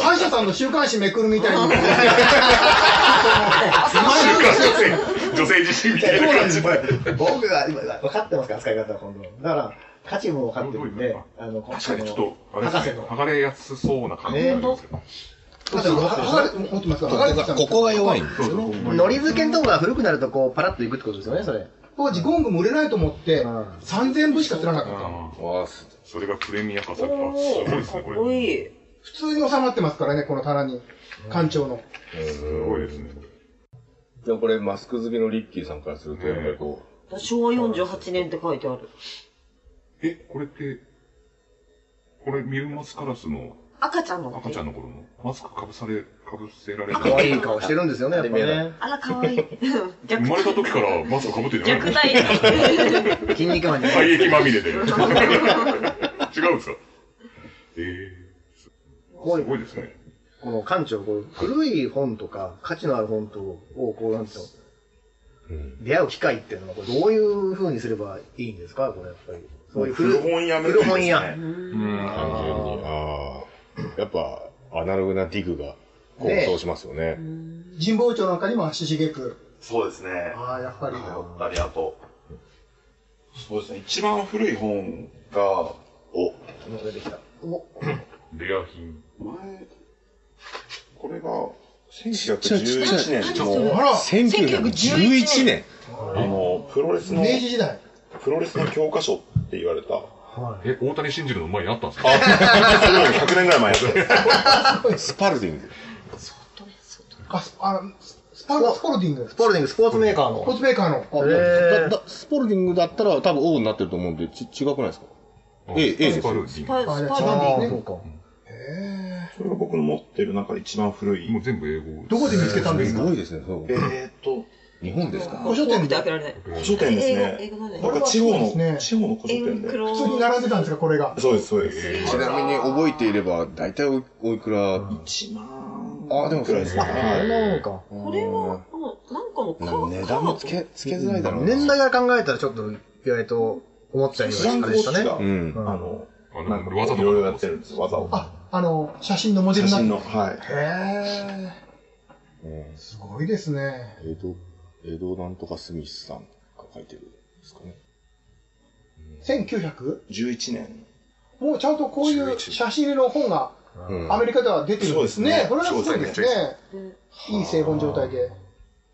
Speaker 5: 歯医者さんの週刊誌めくるみたいに。
Speaker 3: 女性自身みたいな感じで。
Speaker 8: 僕が今、分かってますから、使い方は今度。だから、価値も分かってるんで、あの、
Speaker 3: 確かにちょっと、あ
Speaker 8: こ
Speaker 3: れ
Speaker 8: の
Speaker 3: で
Speaker 8: 博士
Speaker 3: すね、
Speaker 8: の。
Speaker 3: 剥がれやすそうな感じがありますけど。
Speaker 5: 歯が持ってますから。剥がれてきたんですよ
Speaker 8: が弱いんで
Speaker 3: そうそう
Speaker 4: 海苔漬けのとこが古くなると、こう、パラッといくってことですよね、それ。
Speaker 5: 当時ゴングも売れないと思って、
Speaker 4: ん
Speaker 5: 3000部しか釣らなかった。
Speaker 3: あー
Speaker 2: わあす
Speaker 3: それがプレミア化された。あす
Speaker 1: お
Speaker 3: ごい
Speaker 1: ー。
Speaker 3: です
Speaker 1: か
Speaker 3: ね、
Speaker 1: っ
Speaker 3: これ。
Speaker 1: こいい。
Speaker 5: 普通に収まってますからね、この棚に。館長の。
Speaker 3: すごいですね。
Speaker 2: でもこれマスク好きのリッキーさんからすると、やっぱりこ
Speaker 1: 昭和48年って書いてある。
Speaker 3: え、これって、これミルマスカラスの
Speaker 1: 赤ちゃんの
Speaker 3: 赤ちゃんの頃のマスクかぶされ、かぶせられる。
Speaker 4: 可愛い顔してるんですよね、 やっぱね。
Speaker 1: あら、かわいい。
Speaker 3: 生
Speaker 1: 虐
Speaker 3: まれた時からマスクかぶってんじゃない
Speaker 1: 虐
Speaker 3: の
Speaker 1: 待。
Speaker 4: 筋肉マンに。
Speaker 3: 体液ま みれで。違うんですかえー、すごいですね。
Speaker 4: この館長、こう、古い本とか、価値のある本と、を、こう、なんと、出会う機会っていうのは、これどういう風にすればいいんですか、これ、やっぱり。そういう古
Speaker 7: 古本屋め
Speaker 4: 古本屋。
Speaker 3: うん。
Speaker 2: う、単純に、ああ、やっぱアナログなディグが構
Speaker 4: ね
Speaker 2: 想しますよね。
Speaker 5: 神保町なんかにも足しげく。
Speaker 7: そうですね。
Speaker 5: ああ、やっぱり。
Speaker 7: 通ったり、あと、そうですね、一番古い本が、お、
Speaker 4: 出てきた。
Speaker 3: レア品。
Speaker 7: 前、これが、1911年
Speaker 1: う
Speaker 7: の、
Speaker 5: あら、
Speaker 1: 1911年
Speaker 7: あの、プロレスの
Speaker 5: 明、治時代。
Speaker 7: プロレスの教科書って言われた、
Speaker 3: え、大谷慎二郎の前にあったんですか
Speaker 7: 100年ぐらい前
Speaker 2: スパルディング。
Speaker 5: あ、スあススパルスコルディング。ス
Speaker 4: スポルディング、スポーツメーカー
Speaker 5: ポー
Speaker 4: の。
Speaker 5: ツメーカーの。
Speaker 2: だだスパルディングだったら多分 O になってると思うんで、ち違くないですかええええ
Speaker 3: スパルディン
Speaker 1: パスパ
Speaker 5: あ
Speaker 1: ルデ
Speaker 5: じゃあ
Speaker 1: ィン
Speaker 4: あ
Speaker 1: グ
Speaker 4: あ、そうか。
Speaker 7: それが僕の持ってる中で一番古い
Speaker 3: もう。全部英語。
Speaker 5: どこで見つけたんです
Speaker 2: す
Speaker 5: か
Speaker 2: ごいですね。そう
Speaker 7: えーっと、
Speaker 2: 日本ですか
Speaker 5: 古書
Speaker 1: 怖
Speaker 5: 店
Speaker 1: く
Speaker 5: で
Speaker 1: て開けられない。
Speaker 7: 古書店ですね。
Speaker 1: 英語英語なんだよね
Speaker 7: なんか地方
Speaker 5: これはそうですね
Speaker 7: の、地方の古書
Speaker 1: え
Speaker 7: 店で。
Speaker 5: 普通に並んでたんですか、これが。
Speaker 7: そうです、そうです。
Speaker 2: ちなみに覚えていれば、大体おおいくら、
Speaker 7: 1万
Speaker 2: あでも
Speaker 7: くらいです
Speaker 2: そう
Speaker 4: あ
Speaker 7: ね。
Speaker 4: んなもんか。
Speaker 1: これは、なんかのカー
Speaker 2: 値段もつけ、つけづらいだろうな。
Speaker 4: 年代から考えたら、ちょっと、意外と、思ったより
Speaker 7: 一
Speaker 4: は
Speaker 7: 番
Speaker 4: 下で
Speaker 7: 古
Speaker 4: した
Speaker 7: 紙が、
Speaker 4: ね。
Speaker 7: あ
Speaker 2: うん。
Speaker 7: の、
Speaker 3: あ
Speaker 7: なん
Speaker 3: の、
Speaker 7: か
Speaker 3: わざ
Speaker 7: い
Speaker 3: と
Speaker 7: ろいろやってるんです、技を。
Speaker 5: あ、あの、写真のモデル
Speaker 7: 写
Speaker 5: にな
Speaker 7: 真
Speaker 5: ん
Speaker 7: の、はい。
Speaker 5: へえ。すごいですね。
Speaker 2: 江戸、江戸なんとかスミスさんが書いてるんですかね。
Speaker 5: 1900?
Speaker 7: 11年。
Speaker 5: もうちゃんとこういう写真入りの本が
Speaker 2: うん
Speaker 5: アメリカでは出てるんですね。こ
Speaker 7: そう
Speaker 5: れ
Speaker 7: ですね
Speaker 5: はすごいですね。いい製本状態で。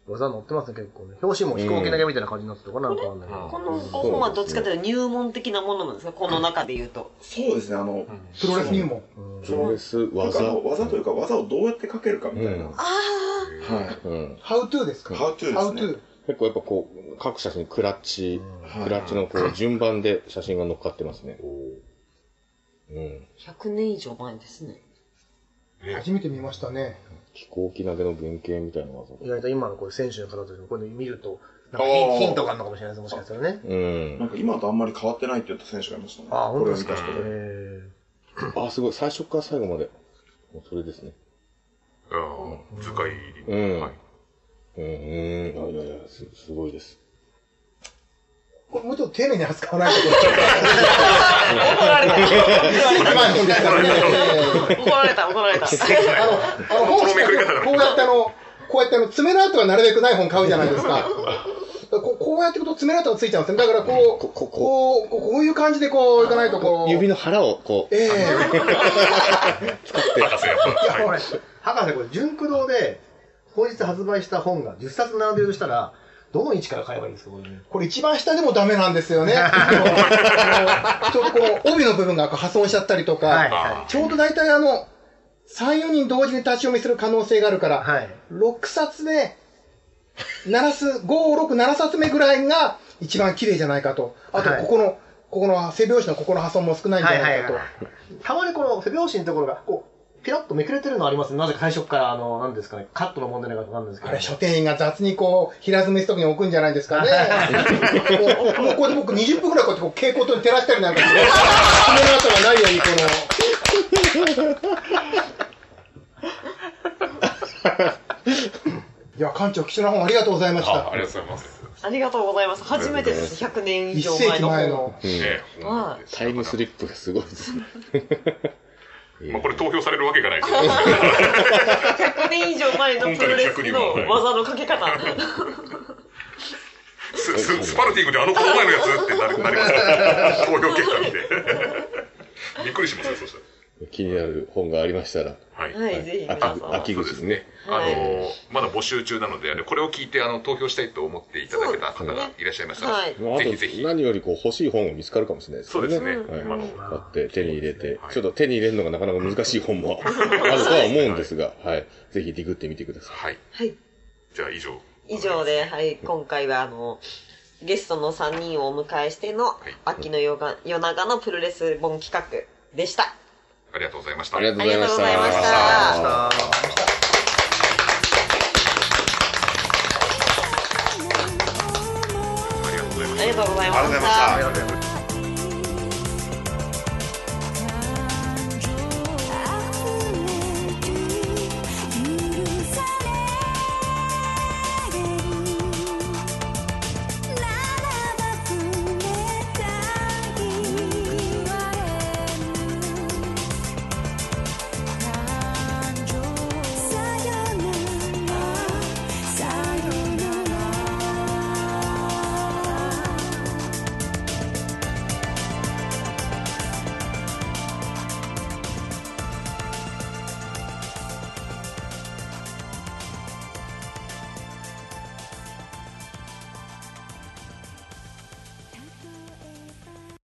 Speaker 4: 技乗ってますね、結構ね。表紙も飛行機投げみたいな感じになってたのかな、なんかわかんないけど。
Speaker 1: この本はどっちかというと入門的なものなんですかこの中で言うと。
Speaker 7: そうですね、あの、
Speaker 5: プロレス入門。
Speaker 2: プロレス
Speaker 7: なん
Speaker 2: 技
Speaker 7: かあ。の技というか、技をどうやってかけるかみたいな。
Speaker 2: うん
Speaker 7: は
Speaker 1: あ
Speaker 7: い。
Speaker 2: うん。
Speaker 5: How to ですか
Speaker 7: How to ですね
Speaker 5: How to。
Speaker 2: 結構やっぱこう、各写真クラッチ、クラッチのこう、順番で写真が乗っかってますね。うん。
Speaker 1: あ、100年以上前ですね。
Speaker 5: 初めて見ましたね。
Speaker 2: 飛行機投げの原型みたいな技。
Speaker 4: 意外と今のこういう選手の方たちもこれ見ると、なんか
Speaker 7: あー
Speaker 4: ヒントがあるのかもしれないです、もしかしたらね。
Speaker 2: うん
Speaker 7: な。んか今とあんまり変わってないって言った選手がいましたね。
Speaker 4: ああ、本当ですか。
Speaker 7: これを見た人で
Speaker 4: え
Speaker 2: あ、すごい。最初から最後まで。もうそれですね。
Speaker 3: ああ、図解入り。
Speaker 2: うん
Speaker 3: はい。
Speaker 2: うん、うん。いやいやいや、すすごいです。
Speaker 5: これもうちょっと丁寧に扱わないと。怒られた。
Speaker 1: 怒られた、怒られた。
Speaker 5: あの、あの、本しかこうやってあの、こうやってあの、爪の跡がなるべくない本買うじゃないですか。こうこうやっていくと爪の跡がついちゃうんですね。だからこう、
Speaker 2: ここ
Speaker 5: こう、こうこういう感じでこういかないとこう。
Speaker 2: 指
Speaker 5: の。
Speaker 2: の腹をこう、
Speaker 5: ええ
Speaker 3: 博士やっぱ。
Speaker 4: いや、これ、博士、これ、純駆動で、本日発売した本が10冊並んでるとしたら、どの位置から買えばいいんですか、これね。
Speaker 5: これ一番下でもダメなんですよね。こうちょっとこう、帯の部分がこう破損しちゃったりとか、
Speaker 4: はい
Speaker 3: あ
Speaker 5: ちょうど大体あの、3、4人同時に立ち読みする可能性があるから、
Speaker 4: はい。
Speaker 5: 6冊目、7す、5、6、7冊目ぐらいが一番綺麗じゃないかと。あと、
Speaker 4: はい
Speaker 5: ここの、ここの背拍子のここの破損も少ないんじゃないかと。
Speaker 4: はいはたまにこの背拍子のところが、こう、ピラッとめくれてるのありますね。なぜか最初から、あの、なんですかね、カットの問題なんかなんですけ
Speaker 5: あ
Speaker 4: ど。
Speaker 5: れ、書店員が雑にこう、平積みするときに置くんじゃないで すかね。もうもうこうやって僕20分くらいこうやってこう蛍光灯に照らしたりなんかして、爪の跡がないようにこ の。いや、館長、貴重な本ありがとうございまし
Speaker 3: あ、
Speaker 5: た
Speaker 3: あ。りがとうございます。
Speaker 1: ありがとうございます。初めてです。100年以
Speaker 5: 一
Speaker 1: 上
Speaker 5: 世
Speaker 1: 前
Speaker 5: 紀
Speaker 1: の
Speaker 5: 前
Speaker 1: 本
Speaker 5: の
Speaker 1: を。。
Speaker 3: ね
Speaker 1: は
Speaker 2: タイムスリップがすごいですね。
Speaker 3: まあこれ投票されるわけがないけど。
Speaker 1: 100年以上前のプロレスの技のかけ方。
Speaker 3: スススパルティングであのこの前のやつってなりなりますから投票結果見て。びっくりしますね、そした
Speaker 2: 気になる本がありましたら、
Speaker 3: ら。はい。
Speaker 1: はい、ぜひ皆さん。
Speaker 2: 秋
Speaker 3: そうで
Speaker 2: 口
Speaker 3: す
Speaker 2: にね
Speaker 3: ね。。あの、まだ募集中なので、あのこれを聞いて、あの、投票したいと思っていただけた方がいらっしゃいましたら、
Speaker 1: はい。
Speaker 2: まああ
Speaker 3: ぜひぜ
Speaker 2: と、
Speaker 3: ひ。
Speaker 2: 何よりこう欲しい本が見つかるかもしれないです
Speaker 3: そ
Speaker 2: か
Speaker 3: う
Speaker 2: ら
Speaker 3: で
Speaker 2: ね。
Speaker 3: す
Speaker 2: は
Speaker 3: ね、
Speaker 2: い
Speaker 3: 今の。
Speaker 2: 買って手に入れて、
Speaker 3: はい
Speaker 2: ちょっと手に入れるのがなかなか難しい本もあるとは思うんですが、はい。ぜひディグってみてください。
Speaker 3: はい。
Speaker 1: はい。
Speaker 3: じゃあ以上。
Speaker 1: 以上で、はい、今回はあの、ゲストの3人をお迎えしての、秋の夜が夜長のプロレス本企画でした。
Speaker 3: ありがとうございました。
Speaker 2: ありがとうございました。
Speaker 1: ありがとうございました
Speaker 3: ありがとうございま
Speaker 1: あ
Speaker 3: した
Speaker 1: りがとうございま
Speaker 9: ありがとうございま
Speaker 1: し
Speaker 9: した
Speaker 1: た。
Speaker 9: ありがとうございました